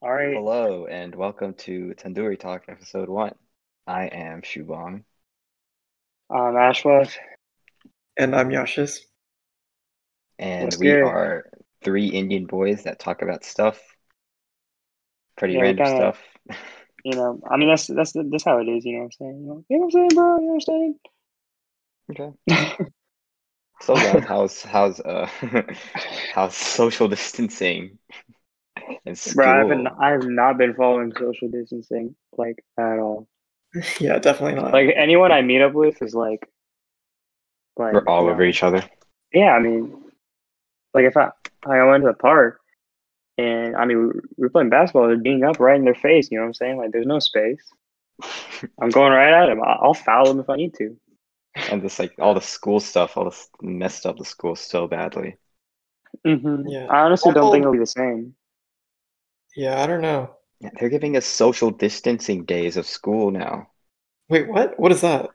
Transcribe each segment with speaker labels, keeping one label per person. Speaker 1: All right.
Speaker 2: Hello and welcome to Tandoori Talk episode one. I am Shubong.
Speaker 1: Um, Ashworth.
Speaker 3: And I'm Yashis.
Speaker 2: and
Speaker 1: What's
Speaker 2: we
Speaker 1: good?
Speaker 2: are three Indian boys that talk about stuff. Pretty
Speaker 1: Yeah, we
Speaker 2: random
Speaker 1: kinda-
Speaker 2: stuff.
Speaker 1: You know, I mean, that's that's that's how it is. You know what I'm saying? You know, you know what I'm saying, bro? You know what I'm saying?
Speaker 2: Okay. So long, how's how's uh how's social distancing and school?
Speaker 1: Bro, I haven't I have not been following social distancing like at all.
Speaker 3: Yeah, definitely not.
Speaker 1: Like anyone I meet up with is like, like
Speaker 2: We're all
Speaker 1: you know.
Speaker 2: over each other.
Speaker 1: Yeah, I mean, like if I like I went to the park, and I mean we we're playing basketball, they're beating up right in their face. You know what I'm saying? Like there's no space. I'm going right at them. I'll foul them if I need to.
Speaker 2: And just like all the school stuff, all this messed up the school so badly.
Speaker 1: Mm-hmm.
Speaker 3: yeah,
Speaker 1: I honestly don't
Speaker 3: Well-
Speaker 1: think it'll be the same.
Speaker 3: yeah, I don't know.
Speaker 2: Yeah, They're giving us social distancing days of school now.
Speaker 3: Wait, what? What is that?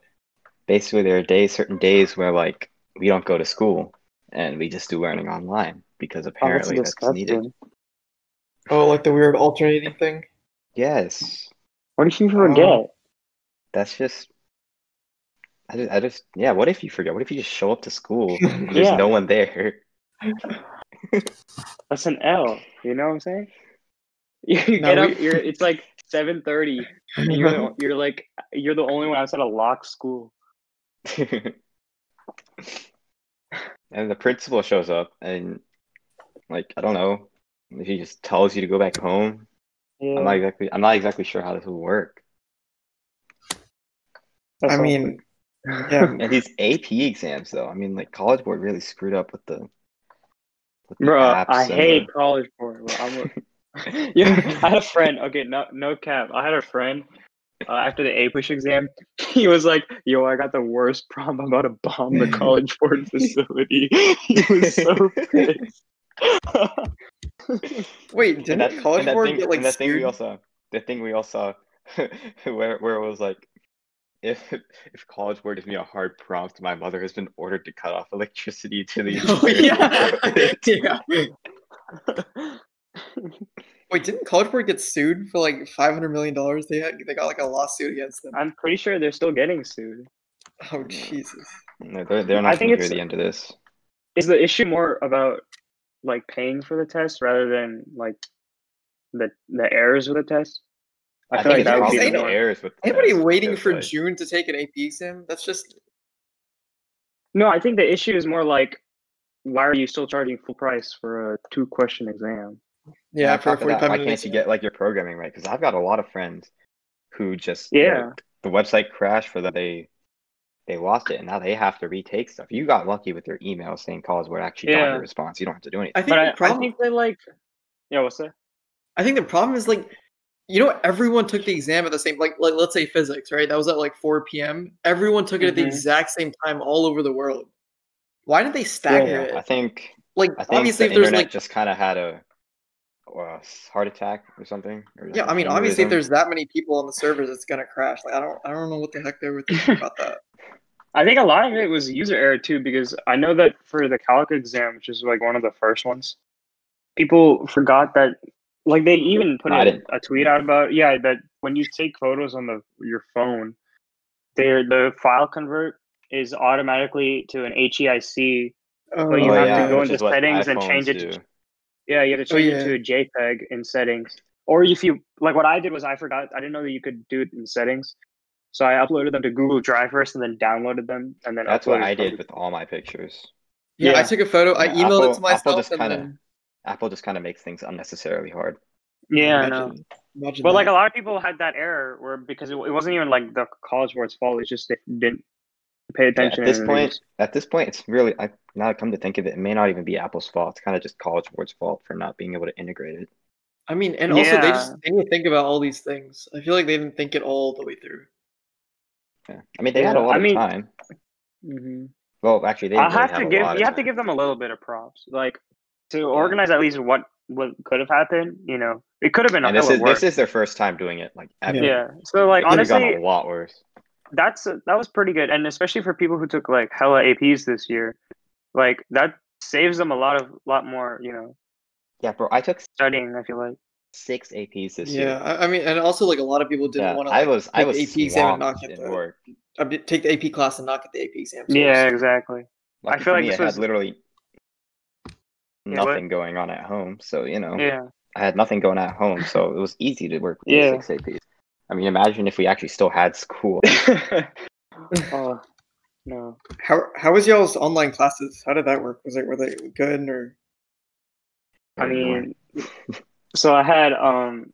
Speaker 2: basically there are days certain days where like we don't go to school and we just do learning online
Speaker 1: Oh,
Speaker 2: because
Speaker 1: that's
Speaker 2: apparently that's, needed
Speaker 1: disgusting.
Speaker 3: Oh, like the weird alternating thing.
Speaker 2: yes
Speaker 1: What if you
Speaker 3: Oh.
Speaker 1: forget?
Speaker 2: that's just I just, I just yeah what if you forget what if you just show up to school and there's
Speaker 1: Yeah.
Speaker 2: no one there
Speaker 1: That's an L. You know what I'm saying? You
Speaker 3: No,
Speaker 1: get
Speaker 3: we-
Speaker 1: up. You're. It's like 7:30. and You're. The, you're like. You're the only one outside a locked school.
Speaker 2: and the principal shows up and like i don't know if he just tells you to go back home
Speaker 1: Yeah.
Speaker 2: i'm not exactly i'm not exactly sure how this will work
Speaker 1: that's
Speaker 3: I
Speaker 1: all.
Speaker 3: mean, yeah,
Speaker 2: And these AP exams, though, I mean, like College Board really screwed up with the. With the
Speaker 1: Bro,
Speaker 2: apps
Speaker 1: I
Speaker 2: and
Speaker 1: hate college board. Bro. I'm a, yeah, I had a friend. Okay, no, no cap. I had a friend uh, after the A push exam. He was like, "Yo, I got the worst prom. I'm about to bomb the college board facility." he was so pissed.
Speaker 3: wait,
Speaker 2: the, and
Speaker 3: didn't
Speaker 2: that,
Speaker 3: College
Speaker 2: and that
Speaker 3: Board
Speaker 2: thing,
Speaker 3: get like
Speaker 2: and that thing we
Speaker 3: sued?
Speaker 2: all saw. The thing we all saw, where where it was like, if if College Board gives me a hard prompt, my mother has been ordered to cut off electricity to the.
Speaker 3: Oh, yeah.
Speaker 1: yeah.
Speaker 3: Wait, didn't College Board get sued for like five hundred million dollars? They had, they got like a lawsuit against them.
Speaker 1: I'm pretty sure they're still getting sued.
Speaker 3: Oh Jesus!
Speaker 2: No, they're they're
Speaker 1: I
Speaker 2: not
Speaker 1: think
Speaker 2: going to hear
Speaker 1: it's-
Speaker 2: the end of this.
Speaker 1: Is the issue more about like paying for the test rather than like the the errors of the test? I
Speaker 2: I
Speaker 1: feel
Speaker 2: think
Speaker 1: like
Speaker 2: it's
Speaker 1: that would
Speaker 2: probably
Speaker 1: be the
Speaker 2: the
Speaker 1: more-
Speaker 2: errors with the
Speaker 3: Anybody
Speaker 2: test,
Speaker 3: waiting
Speaker 2: because,
Speaker 3: for
Speaker 2: like,
Speaker 3: June to take an AP exam? That's just
Speaker 1: No, I think the issue is more like, why are you still charging full price for a two question exam?
Speaker 3: yeah.
Speaker 2: on top
Speaker 3: For a
Speaker 2: of that,
Speaker 3: forty-five
Speaker 2: why
Speaker 3: minute
Speaker 2: can't you
Speaker 3: exam.
Speaker 2: get like your programming right? Because I've got a lot of friends who just
Speaker 1: Yeah.
Speaker 2: the, the website crashed for them. They they lost it, and now they have to retake stuff. You got lucky with your email saying college board actually got
Speaker 1: Yeah.
Speaker 2: your response. You don't have to do anything.
Speaker 3: I think
Speaker 1: But
Speaker 3: the
Speaker 1: I, I
Speaker 3: problem-
Speaker 1: think they like, yeah, what's that?
Speaker 3: I think the problem is like, you know, everyone took the exam at the same like like let's say physics, right? That was at like 4 p.m. Everyone took it at the
Speaker 1: Mhm.
Speaker 3: exact same time all over the world. Why did they stagger
Speaker 2: Mm-hmm. Yeah, I
Speaker 3: it?
Speaker 2: think
Speaker 3: Like
Speaker 2: I think
Speaker 3: obviously
Speaker 2: the
Speaker 3: if there's
Speaker 2: internet
Speaker 3: like
Speaker 2: just kind of had a, uh, heart attack or something. or
Speaker 3: yeah,
Speaker 2: like
Speaker 3: I mean
Speaker 2: an
Speaker 3: obviously
Speaker 2: aneurysm.
Speaker 3: if there's that many people on the servers, it's gonna crash. Like I don't I don't know what the heck they were thinking about that.
Speaker 1: I think a lot of it was user error too, because I know that for the Calico exam, which is like one of the first ones, people forgot that, like they even put
Speaker 2: No, I
Speaker 1: a,
Speaker 2: didn't.
Speaker 1: a tweet out about yeah that when you take photos on the your phone, there the file convert is automatically to an E HEIC.
Speaker 3: Oh,
Speaker 1: you
Speaker 2: Oh,
Speaker 1: have to
Speaker 2: yeah,
Speaker 1: go
Speaker 2: which
Speaker 1: into
Speaker 2: is what
Speaker 1: settings and change
Speaker 2: iPhones
Speaker 1: it to-
Speaker 2: do.
Speaker 1: Yeah, you have to
Speaker 3: Oh,
Speaker 1: change
Speaker 3: yeah.
Speaker 1: it to a JPEG in settings. Or if you like, what I did was I forgot. I didn't know that you could do it in settings, so I uploaded them to Google Drive first, and then downloaded them, and then
Speaker 2: That's what
Speaker 1: uploaded
Speaker 2: I
Speaker 1: them.
Speaker 2: did with all my pictures.
Speaker 3: yeah,
Speaker 1: yeah.
Speaker 3: I took a photo, I
Speaker 2: Yeah,
Speaker 3: emailed
Speaker 2: Apple-
Speaker 3: it to
Speaker 2: Apple
Speaker 3: myself
Speaker 2: just
Speaker 3: and
Speaker 2: kinda-
Speaker 3: then
Speaker 2: Apple just kind of makes things unnecessarily hard.
Speaker 1: Yeah, I know.
Speaker 3: imagine, imagine
Speaker 1: But like
Speaker 3: that.
Speaker 1: a lot of people had that error where because it, it wasn't even like the college board's fault. It's just they didn't pay
Speaker 2: Yeah,
Speaker 1: attention.
Speaker 2: at this
Speaker 1: and they
Speaker 2: point,
Speaker 1: just-
Speaker 2: at this point, it's really I now I come to think of it, it may not even be Apple's fault. It's kind of just College Board's fault for not being able to integrate it.
Speaker 3: I mean and also they
Speaker 1: Yeah.
Speaker 3: just they didn't think about all these things. I feel like they didn't think it all the way through.
Speaker 2: Yeah. I mean, they had a
Speaker 1: Yeah,
Speaker 2: lot
Speaker 1: I
Speaker 2: of
Speaker 1: mean-
Speaker 2: time.
Speaker 1: Mhm.
Speaker 2: Well, actually, they
Speaker 1: I
Speaker 2: didn't really
Speaker 1: have to
Speaker 2: a
Speaker 1: give
Speaker 2: lot
Speaker 1: you
Speaker 2: of
Speaker 1: have to
Speaker 2: time.
Speaker 1: give them a little bit of props, like to organize at least what what could have happened. You know, it could have been a
Speaker 2: And this
Speaker 1: hell
Speaker 2: is
Speaker 1: of work.
Speaker 2: this is their first time doing it. Like, ever.
Speaker 3: Yeah.
Speaker 1: yeah. So like
Speaker 2: it could have
Speaker 1: honestly,
Speaker 2: gotten a lot worse.
Speaker 1: that's that was pretty good, and especially for people who took like hella APs this year, like that saves them a lot of lot more. You know,
Speaker 2: Yeah, bro, I took
Speaker 1: studying. I feel like.
Speaker 2: six APs this
Speaker 3: yeah,
Speaker 2: year.
Speaker 3: I, I mean, and also like a lot of people didn't
Speaker 2: Yeah,
Speaker 3: want to.
Speaker 2: I
Speaker 3: Like,
Speaker 2: was I
Speaker 3: take
Speaker 2: was
Speaker 3: the AP exam and
Speaker 2: swamped
Speaker 3: knock it
Speaker 2: in
Speaker 3: out.
Speaker 2: work.
Speaker 3: I did- take the AP class and not get the AP exam. so
Speaker 1: Yeah,
Speaker 3: it's-
Speaker 1: exactly.
Speaker 2: Lucky
Speaker 1: feel
Speaker 2: for
Speaker 1: like
Speaker 2: me,
Speaker 1: this
Speaker 2: I
Speaker 1: was-
Speaker 2: had literally
Speaker 1: Yeah, what?
Speaker 2: nothing going on at home, so you know
Speaker 1: Yeah.
Speaker 2: I had nothing going at home, so it was easy to work with
Speaker 1: Yeah.
Speaker 2: the six APs. I mean, imagine if we actually still had school.
Speaker 1: oh no.
Speaker 3: How how was y'all's online classes? How did that work? Was it were they good or?
Speaker 1: I mean, so I had um,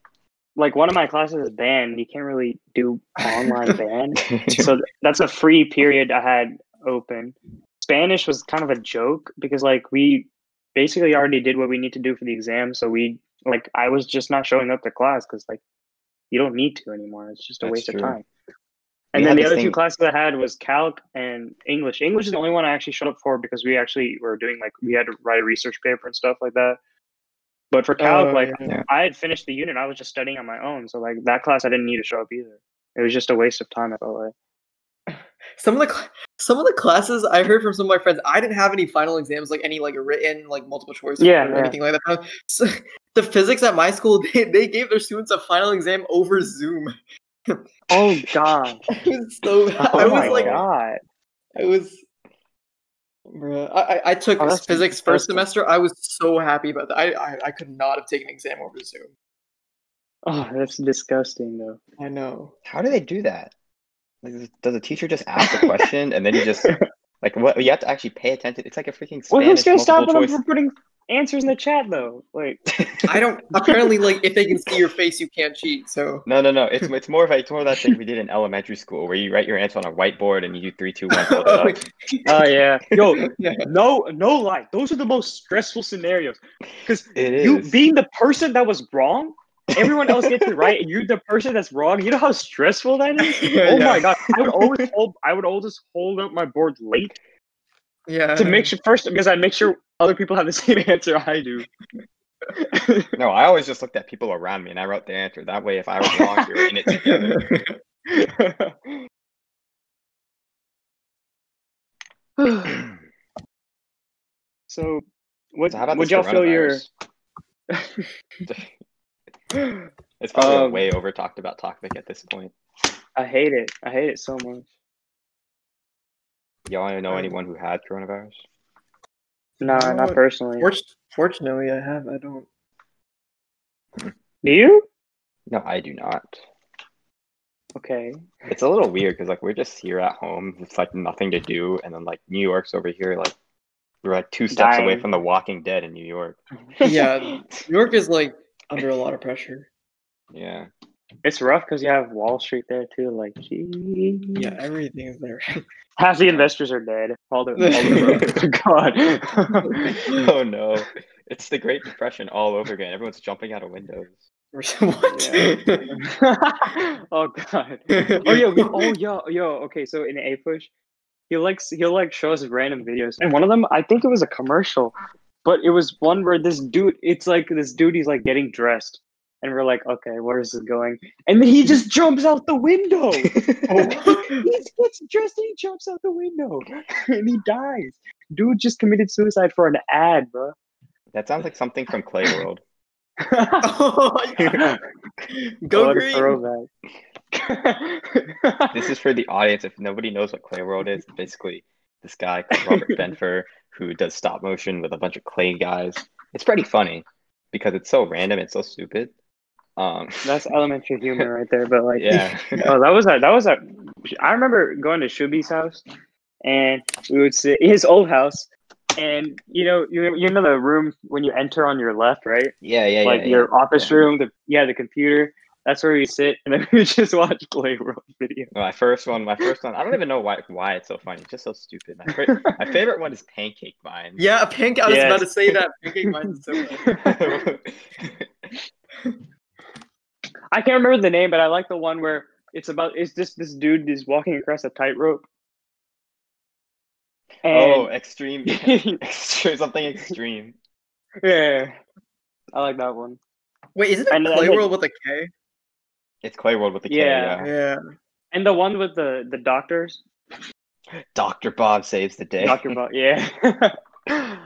Speaker 1: like one of my classes is band. You can't really do online band, so th- that's a free period I had open. Spanish was kind of a joke because like we basically already did what we need to do for the exam, so we like I was just not showing up to class because like you don't need to anymore. It's just a
Speaker 2: That's
Speaker 1: waste of
Speaker 2: true.
Speaker 1: time. And
Speaker 2: We
Speaker 1: then
Speaker 2: had
Speaker 1: the
Speaker 2: this
Speaker 1: other two
Speaker 2: thing-
Speaker 1: classes I had was calc and English. English is the only one I actually showed up for because we actually were doing like we had to write a research paper and stuff like that. But for calc,
Speaker 3: Oh,
Speaker 1: like
Speaker 3: yeah.
Speaker 1: I had finished the unit, I was just studying on my own. So like that class, I didn't need to show up either. It was just a waste of time. I felt like.
Speaker 3: some of the cl- some of the classes I heard from some of my friends, I didn't have any final exams, like any like written like multiple choice or
Speaker 1: Yeah, yeah.
Speaker 3: anything like that. So, the physics at my school, they, they gave their students a final exam over Zoom.
Speaker 1: Oh god!
Speaker 3: It was so bad.
Speaker 1: Oh
Speaker 3: I
Speaker 1: my
Speaker 3: was like,
Speaker 1: god!
Speaker 3: I was. Bruh, I, I- I took
Speaker 1: Oh, that's
Speaker 3: physics first
Speaker 1: disgusting.
Speaker 3: semester. I was so happy about that. I, I I could not have taken an exam over Zoom.
Speaker 1: Oh, that's disgusting though.
Speaker 3: I know.
Speaker 2: How do they do that? Like, does- does a teacher just ask a question and then you just like what? You have to actually pay attention. It's like a freaking Spanish
Speaker 1: Well, who's gonna stop
Speaker 2: multiple
Speaker 1: them
Speaker 2: choice.
Speaker 1: from putting answers in the chat though? Like,
Speaker 3: I don't. apparently, like if they can see your face, you can't cheat. So
Speaker 2: No, no, no. It's it's more of a, it's more of that thing we did in elementary school where you write your answer on a whiteboard and you do three, two, one. Hold it up.
Speaker 1: oh yeah, yo,
Speaker 3: Yeah.
Speaker 1: no, no lie. Those are the most stressful scenarios because
Speaker 2: It
Speaker 1: you
Speaker 2: is.
Speaker 1: being the person that was wrong, everyone else gets it right, and you're the person that's wrong. You know how stressful that is. Oh my god! I would always hold. I would always hold up my board late
Speaker 3: yeah.
Speaker 1: to make sure first because I make sure other people have the same answer I do.
Speaker 2: No, I always just looked at people around me and I wrote the answer. That way, if I was wrong, we were in it together.
Speaker 1: so, what
Speaker 2: So how about
Speaker 1: would
Speaker 2: this
Speaker 1: y'all feel your?
Speaker 2: coronavirus? It's probably a
Speaker 1: Um,
Speaker 2: way over talked about topic at this point.
Speaker 1: I hate it. I hate it so much.
Speaker 2: Y'all want to know
Speaker 3: Um,
Speaker 2: anyone who had coronavirus?
Speaker 1: Nah,
Speaker 3: You know
Speaker 1: not
Speaker 3: what?
Speaker 1: personally.
Speaker 3: Fortu- Fortunately, I have. I don't.
Speaker 1: Do you?
Speaker 2: No, I do not.
Speaker 1: Okay.
Speaker 2: It's a little weird because like we're just here at home. It's like nothing to do, and then like New York's over here. Like we're like two steps away
Speaker 1: Dying.
Speaker 2: from The Walking Dead in New York.
Speaker 3: Yeah, New York is like under a lot of pressure.
Speaker 2: Yeah.
Speaker 1: It's rough because you have Wall Street there too. Like, gee.
Speaker 3: Yeah, everything is there.
Speaker 1: half the investors are dead. All the, all the
Speaker 2: oh no, it's the Great Depression all over again. Everyone's jumping out of windows.
Speaker 3: Or so- what? Yeah.
Speaker 1: God. oh god. Oh yeah, we, oh yo, yo, okay. So in A push, he likes he'll like show us random videos, and one of them I think it was a commercial, but it was one where this dude, it's like this dude, he's like getting dressed, and we're like, okay, where is this going? And then he just jumps out the window.
Speaker 3: Oh.
Speaker 1: he gets dressed and he jumps out the window, and he dies. Dude just committed suicide for an ad, bro.
Speaker 2: That sounds like something from Clay World.
Speaker 3: Oh, yeah. Go
Speaker 1: What a
Speaker 3: green.
Speaker 1: throwback.
Speaker 2: This is for the audience. If nobody knows what Clay World is, basically this guy called Robert Benfer who does stop motion with a bunch of clay guys. It's pretty funny because it's so random. It's so stupid. Um,
Speaker 1: That's elementary humor right there. But like,
Speaker 2: yeah.
Speaker 1: oh, that was a that was a. I remember going to Shubi's house, and we would sit his old house, and you know you you know the room when you enter on your left, right?
Speaker 2: Yeah, yeah,
Speaker 1: like
Speaker 2: yeah,
Speaker 1: your office
Speaker 2: yeah.
Speaker 1: room, the yeah the computer. That's where we sit, and then we just watch Clay World video.
Speaker 2: yeah. My first one, my first one. I don't even know why why it's so funny. It's just so stupid. My, fa- my favorite one is Pancake Mine.
Speaker 3: Yeah, pink. I was
Speaker 1: Yes.
Speaker 3: about to say that. Pancake mine is so good.
Speaker 1: I can't remember the name, but I like the one where it's about it's just this dude is walking across a tightrope.
Speaker 2: oh,
Speaker 1: And
Speaker 2: extreme,
Speaker 1: oh,
Speaker 2: extreme, something extreme.
Speaker 1: yeah, I like that one.
Speaker 3: Wait, isn't it
Speaker 1: And then,
Speaker 3: Play
Speaker 1: like-
Speaker 3: World with a K?
Speaker 2: It's Clay World with the K.
Speaker 1: Yeah.
Speaker 2: Yeah.
Speaker 3: Yeah.
Speaker 1: And the one with the the doctors,
Speaker 2: Doctor Bob saves the day.
Speaker 1: Doctor Bob. Yeah, yeah, that
Speaker 2: Oh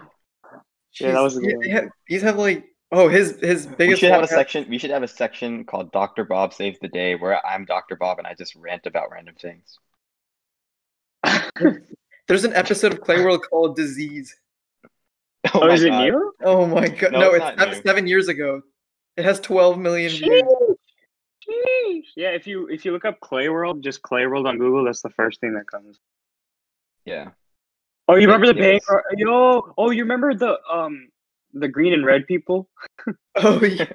Speaker 3: Jeez,
Speaker 1: was a good
Speaker 3: they have- These have like Oh, his his
Speaker 2: We
Speaker 3: biggest.
Speaker 2: should have a
Speaker 3: podcast-
Speaker 2: section. We should have a section called Doctor Bob Saves the Day, where I'm Doctor Bob and I just rant about random things.
Speaker 3: There's an episode of Clay World called Disease.
Speaker 1: Oh,
Speaker 2: my
Speaker 1: is it
Speaker 2: God.
Speaker 1: new?
Speaker 3: Oh my god!
Speaker 2: No,
Speaker 3: No,
Speaker 2: it's
Speaker 3: it's,
Speaker 2: not
Speaker 3: that was
Speaker 2: new.
Speaker 3: seven years ago. It has 12 million views.
Speaker 1: Sheesh. Yeah, if you if you look up Clay World, just Clay World on Google, that's the first thing that comes.
Speaker 2: Yeah.
Speaker 1: Oh, you remember the
Speaker 2: Ridiculous.
Speaker 1: bank? Yo, oh, you remember the um the green and red people?
Speaker 3: Oh yeah.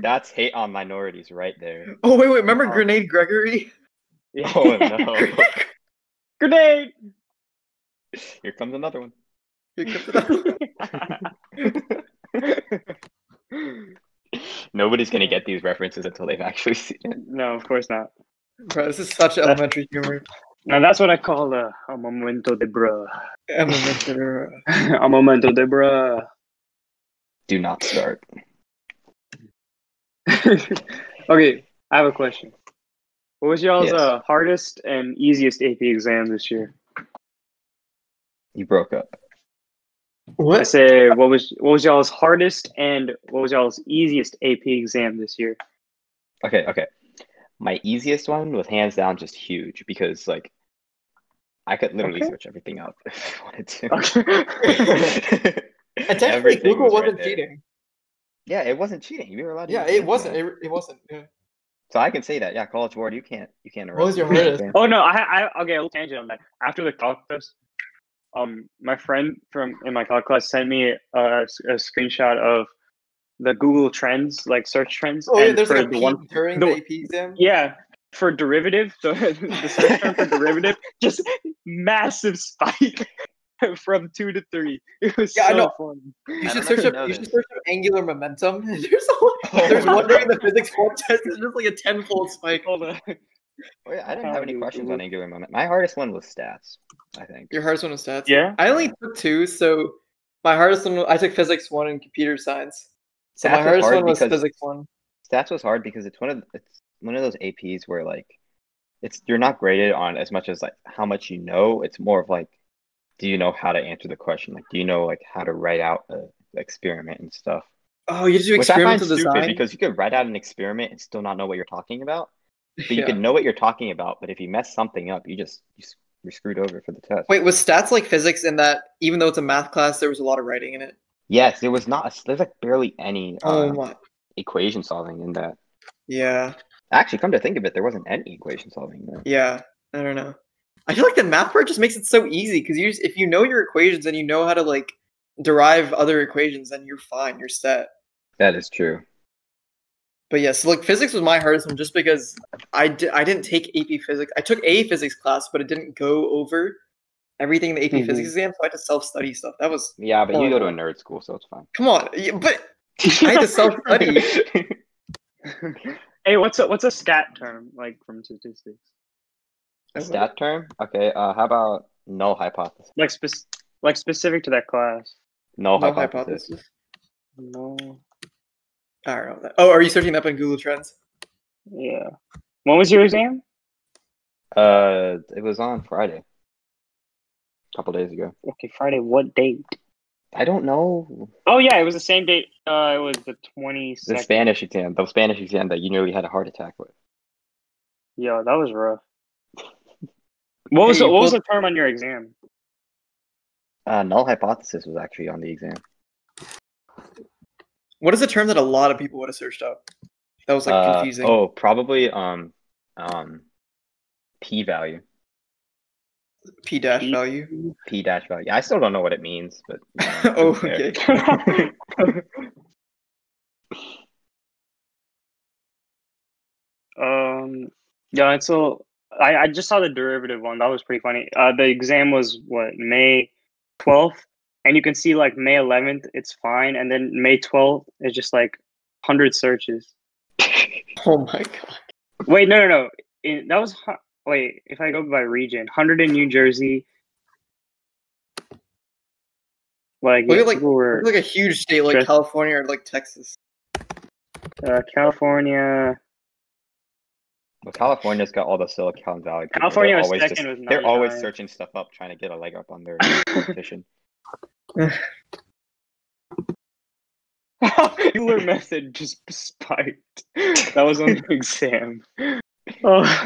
Speaker 2: That's hate on minorities right there.
Speaker 3: Oh wait, wait. Remember
Speaker 1: Wow.
Speaker 3: Grenade Gregory?
Speaker 1: Yeah.
Speaker 2: Oh no!
Speaker 1: Grenade.
Speaker 2: Here comes another one. Nobody's gonna get these references until they've actually seen it.
Speaker 1: no, of course not.
Speaker 3: Bro, this is such elementary humor.
Speaker 1: Now that's what I call a, a momento de bra.
Speaker 3: Elementary.
Speaker 1: a momento de bra.
Speaker 2: Do not start.
Speaker 1: okay, I have a question. What was y'all's
Speaker 2: Yes.
Speaker 1: uh, hardest and easiest AP exam this year?
Speaker 2: You broke up.
Speaker 1: I
Speaker 3: What?
Speaker 1: say, what was what was y'all's hardest and what was y'all's easiest AP exam this year?
Speaker 2: Okay, okay. My easiest one was hands down just huge because like I could literally
Speaker 1: Okay.
Speaker 2: switch everything up if I wanted
Speaker 1: Oh,
Speaker 2: to.
Speaker 1: Okay.
Speaker 3: And technically,
Speaker 2: Everything
Speaker 3: Google
Speaker 2: was right
Speaker 3: wasn't
Speaker 2: there.
Speaker 3: cheating.
Speaker 2: Yeah, it wasn't cheating. We were allowed to
Speaker 3: Yeah,
Speaker 2: use
Speaker 3: it
Speaker 2: Google.
Speaker 3: wasn't. It, it wasn't. Yeah.
Speaker 2: So I can say that. Yeah, College Board, you can't. You can't.
Speaker 3: What
Speaker 2: arrest
Speaker 3: was your
Speaker 2: me.
Speaker 3: hardest?
Speaker 1: oh no, I I okay, a little tangent on that. After the calc test, um, my friend from in my calc class sent me a, a screenshot of the Google Trends, like search trends,
Speaker 3: Oh yeah,
Speaker 1: and
Speaker 3: there's
Speaker 1: for
Speaker 3: like a
Speaker 1: the
Speaker 3: peak
Speaker 1: one
Speaker 3: during
Speaker 1: the-
Speaker 3: the AP exam.
Speaker 1: Yeah, for derivative, the, the search term for derivative, just massive spike from two to three. It was
Speaker 3: Yeah, I
Speaker 1: so
Speaker 3: know.
Speaker 1: fun.
Speaker 2: I
Speaker 3: You should
Speaker 2: don't know if
Speaker 3: search
Speaker 2: you
Speaker 3: up.
Speaker 2: know Oh.
Speaker 3: You should
Speaker 2: this.
Speaker 3: search up angular momentum. There's a, Oh, there's one during the physics one test. It's just like a tenfold spike.
Speaker 1: Hold on.
Speaker 2: Oh, yeah, I didn't
Speaker 1: How
Speaker 2: have any
Speaker 1: do
Speaker 2: questions
Speaker 1: you-
Speaker 2: on Angular Moment. My hardest one was stats, I think.
Speaker 3: Your hardest one is stats.
Speaker 1: Yeah.
Speaker 3: I only took two, so my hardest one I took physics one and computer science. So
Speaker 2: Stats
Speaker 3: my
Speaker 2: was
Speaker 3: hardest
Speaker 2: hard
Speaker 3: one was
Speaker 2: because-
Speaker 3: physics one.
Speaker 2: Stats was hard because it's one of it's one of those APs where like it's you're not graded on as much as like how much you know. It's more of like, do you know how to answer the question? Like, do you know like how to write out a experiment and stuff?
Speaker 3: Oh, you did do
Speaker 2: Which I find
Speaker 3: experimental
Speaker 2: stupid
Speaker 3: design.
Speaker 2: because you could write out an experiment and still not know what you're talking about. But you
Speaker 3: Yeah.
Speaker 2: could know what you're talking about, but if you mess something up, you just you, s- you're screwed over for the test.
Speaker 3: Wait, was stats like physics in that even though it's a math class, there was a lot of writing in it?
Speaker 2: Yes, there was not a, s- there's like barely any
Speaker 3: Oh
Speaker 2: um,
Speaker 3: my,
Speaker 2: equation solving in that.
Speaker 3: yeah,
Speaker 2: Actually, come to think of it, there wasn't any equation solving there.
Speaker 3: yeah. I don't know. I feel like the math part just makes it so easy because you just, if you know your equations and you know how to like derive other equations, then you're fine. You're set.
Speaker 2: That is true.
Speaker 3: But yeah, so like physics was my hardest one just because I di- I didn't take AP physics. I took a physics class, but it didn't go over everything in the AP
Speaker 2: Mm-hmm.
Speaker 1: Mhm.
Speaker 3: physics exam, so I had to self study stuff. That was
Speaker 2: Yeah, but
Speaker 3: Oh,
Speaker 2: you go to a
Speaker 3: no.
Speaker 2: nerd school, so it's fine.
Speaker 3: come on, y- but I had to self study.
Speaker 1: hey, what's a what's a scat term like from statistics?
Speaker 2: Stat term? Okay, uh, how about null hypothesis?
Speaker 1: Like spec- like specific to that class.
Speaker 2: Null,
Speaker 3: no
Speaker 2: hypothesis.
Speaker 3: hypothesis.
Speaker 1: No.
Speaker 3: I don't know. that- Oh, are you searching that up on Google Trends?
Speaker 1: Yeah. When was your exam?
Speaker 2: Uh, it was on Friday, a couple days ago.
Speaker 1: Okay, Friday. What date?
Speaker 2: I don't know
Speaker 1: Oh yeah, it was the same date. Uh, it was the twenty
Speaker 2: the
Speaker 1: second.
Speaker 2: Spanish exam, the Spanish exam that you nearly had a heart attack with.
Speaker 1: Yo, that was rough. What was
Speaker 3: Hey,
Speaker 1: the, what was
Speaker 3: well-
Speaker 1: the term on your exam?
Speaker 2: Uh, null hypothesis was actually on the exam.
Speaker 3: What is a term that a lot of people would have searched up? That was like
Speaker 2: Uh,
Speaker 3: confusing.
Speaker 2: oh, probably um, um, p value,
Speaker 3: P dash
Speaker 2: E?
Speaker 1: P-
Speaker 3: value.
Speaker 2: p dash value. I still don't know what it means, but you know,
Speaker 3: oh,
Speaker 2: who cares?
Speaker 3: okay.
Speaker 1: um, yeah, it's a. I I just saw the derivative one. That was pretty funny. Uh, the exam was what May twelfth, and you can see like May eleventh, it's fine, and then May twelfth is just like hundred searches.
Speaker 3: Oh my god.
Speaker 1: Wait, no, no, no. In, that was hu- wait. If I go by region, hundred in New Jersey. Like,
Speaker 3: Look
Speaker 1: yeah,
Speaker 3: at, like-
Speaker 1: people were,
Speaker 3: Like a huge state like
Speaker 1: Stress-
Speaker 3: California or like Texas.
Speaker 1: uh, California.
Speaker 2: Well, California's got all the Silicon Valley. people.
Speaker 1: California
Speaker 2: They're
Speaker 1: was
Speaker 2: always
Speaker 1: second
Speaker 2: just-
Speaker 1: with
Speaker 2: they're always
Speaker 1: 99.
Speaker 2: searching stuff up, trying to get a leg up on their competition.
Speaker 1: Popular method just spiked. That was on the exam. Oh,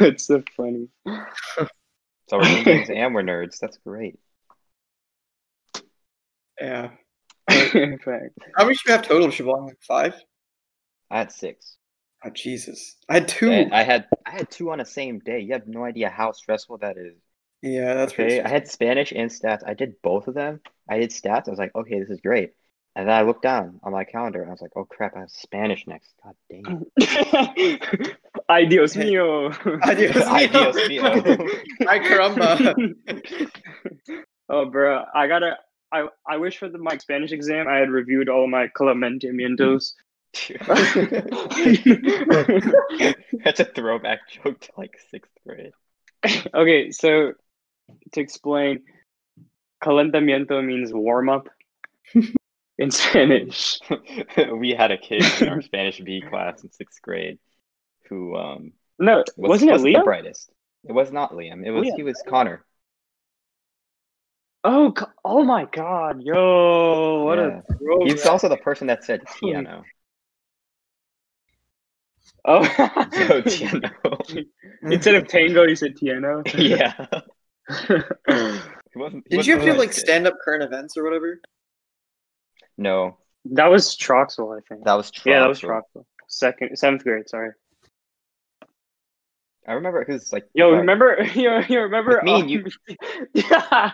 Speaker 1: it's so funny.
Speaker 2: So we're Indians and we're nerds. That's great.
Speaker 3: Yeah.
Speaker 1: In fact,
Speaker 3: How many should we have total, Siobhan? Like five?
Speaker 2: I had six.
Speaker 3: Oh, Jesus. I had two.
Speaker 2: And I had I had two on the same day. You have no idea how stressful that is.
Speaker 3: yeah, that's
Speaker 2: Okay,
Speaker 3: pretty
Speaker 2: I had Spanish and stats. I did both of them. I did stats. I was like, okay, this is great. And then I looked down on my calendar. And I was like, oh crap, I have Spanish next. God damn.
Speaker 1: Ideos mio.
Speaker 3: Adios mio.
Speaker 2: Ideas, Theo.
Speaker 3: Ay, caramba.
Speaker 1: oh, bro, I gotta. I, I wish for the, my Spanish exam I had reviewed all my Clementimientos.
Speaker 2: That's a throwback joke to like sixth grade.
Speaker 1: okay, so to explain, calentamiento means warm up in Spanish.
Speaker 2: we had a kid in our Spanish B class in sixth grade who um
Speaker 1: No,
Speaker 2: was,
Speaker 1: wasn't it
Speaker 2: wasn't the
Speaker 1: Leo?
Speaker 2: brightest. It was not Liam. It was
Speaker 1: Liam,
Speaker 2: he was Connor.
Speaker 1: Oh, co- oh my God, yo, what
Speaker 2: Yeah.
Speaker 1: a throwback.
Speaker 2: He was also the person that said Tiano.
Speaker 1: oh,
Speaker 2: So Tiano.
Speaker 1: instead of tango, he said Tiano.
Speaker 2: yeah.
Speaker 1: that
Speaker 2: He wasn't- he
Speaker 3: Did
Speaker 2: wasn't the
Speaker 3: you have to like
Speaker 2: brightest kid.
Speaker 3: stand up current events or whatever?
Speaker 2: No,
Speaker 1: was Troxel, I think.
Speaker 2: that was
Speaker 1: yeah, that was
Speaker 2: Troxel.
Speaker 1: Troxel. Second, seventh grade. Sorry.
Speaker 2: I remember it was like
Speaker 1: Yo,
Speaker 2: right.
Speaker 1: remember? Yo, yo, remember?
Speaker 2: With me and
Speaker 1: um, yeah.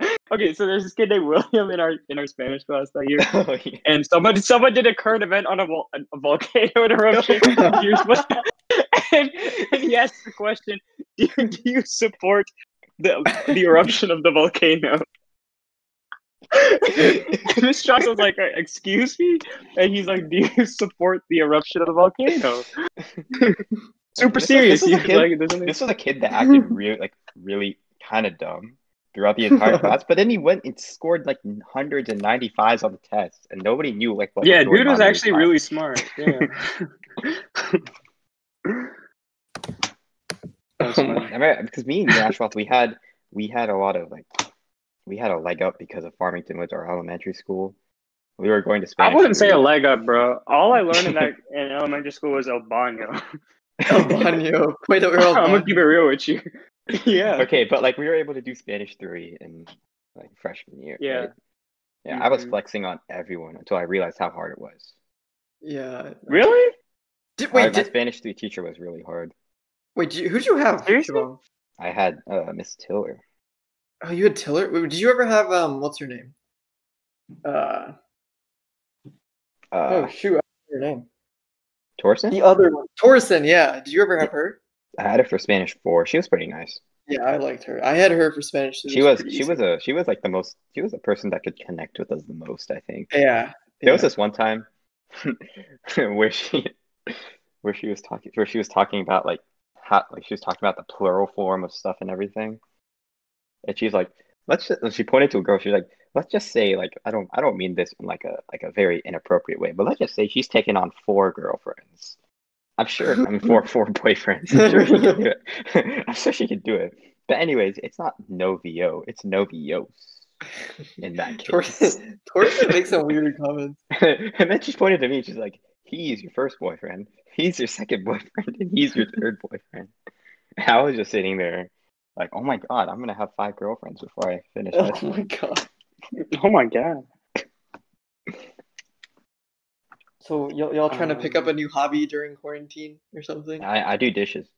Speaker 1: Okay, so there's this kid named William in our in our Spanish class that year,
Speaker 2: Oh, yeah.
Speaker 1: and someone someone did a current event on a, vol- a volcano eruption. Here's what- and, and he asked the question: Do you, do you support the the eruption of the volcano? And Miss Strauss was like, "Uh, "Excuse me," and he's like, "Do you support the eruption of the volcano?" Super
Speaker 2: This is-
Speaker 1: serious.
Speaker 2: this is
Speaker 1: He
Speaker 2: a
Speaker 1: was
Speaker 2: kid-
Speaker 1: like, "There's something-
Speaker 2: This was a kid that acted really like really kind of dumb throughout the entire class, but then he went and scored like hundreds and ninety fives on the test, and nobody knew like what. was
Speaker 1: yeah,
Speaker 2: going
Speaker 1: dude was
Speaker 2: on in his
Speaker 1: actually
Speaker 2: class.
Speaker 1: really smart. Yeah. That's
Speaker 2: I
Speaker 1: funny.
Speaker 2: remember because me and Nashwath, we had we had a lot of like we had a leg up because of Farmington was our elementary school. We were going to Spanish.
Speaker 1: I wouldn't say a
Speaker 2: three.
Speaker 1: leg up, bro. All I learned in that in elementary school was El Baño.
Speaker 3: El Baño. Wait, that we were El
Speaker 1: I'm gonna
Speaker 3: Baño.
Speaker 1: keep it real with you. yeah.
Speaker 2: okay, but like we were able to do Spanish three in like freshman year.
Speaker 1: Yeah.
Speaker 2: right? Yeah, I was
Speaker 1: Mhm.
Speaker 2: flexing on everyone until I realized how hard it was.
Speaker 3: Yeah.
Speaker 1: Really?
Speaker 3: Did,
Speaker 2: I-
Speaker 3: wait,
Speaker 2: my
Speaker 3: did,
Speaker 2: Spanish three teacher was really hard.
Speaker 3: wait, did you, who'd you have?
Speaker 1: Seriously?
Speaker 3: Siobhan?
Speaker 2: I had uh, Miss Tiller.
Speaker 3: Oh, you had Tiller. Wait, did you ever have um? What's her name? Uh,
Speaker 2: Uh,
Speaker 3: oh shoot, I forgot her name.
Speaker 2: Torsen?
Speaker 3: The other one, Torsen. Yeah. Did you ever have her?
Speaker 2: I had her for Spanish four. She was pretty nice.
Speaker 3: Yeah, I liked her. I had her for Spanish. so it
Speaker 2: She was
Speaker 3: pretty
Speaker 2: she
Speaker 3: easy.
Speaker 2: was a she was like the most she was the person that could connect with us the most, I think.
Speaker 3: Yeah.
Speaker 2: There was
Speaker 3: yeah.
Speaker 2: this one time where she where she was talking where she was talking about like how like she was talking about the plural form of stuff and everything. And she's like, let's just, she pointed to a girl, she's like, let's just say like I don't I don't mean this in like a like a very inappropriate way, but let's just say she's taken on four girlfriends. I'm sure I mean four four boyfriends. I'm sure she can do it. I'm sure she can do it. But anyways, it's not novio, it's novios in that case.
Speaker 3: Torsen, Torsen makes some weird comments.
Speaker 2: and then she pointed to me. She's like, "He's your first boyfriend. He's your second boyfriend, and he's your third boyfriend." And I was just sitting there, like, "Oh my god, I'm gonna have five girlfriends before I finish
Speaker 3: Oh
Speaker 2: this."
Speaker 3: my god.
Speaker 1: Oh my god.
Speaker 3: So y'all, y'all trying to pick up a new hobby during quarantine or something?
Speaker 2: I, I do dishes.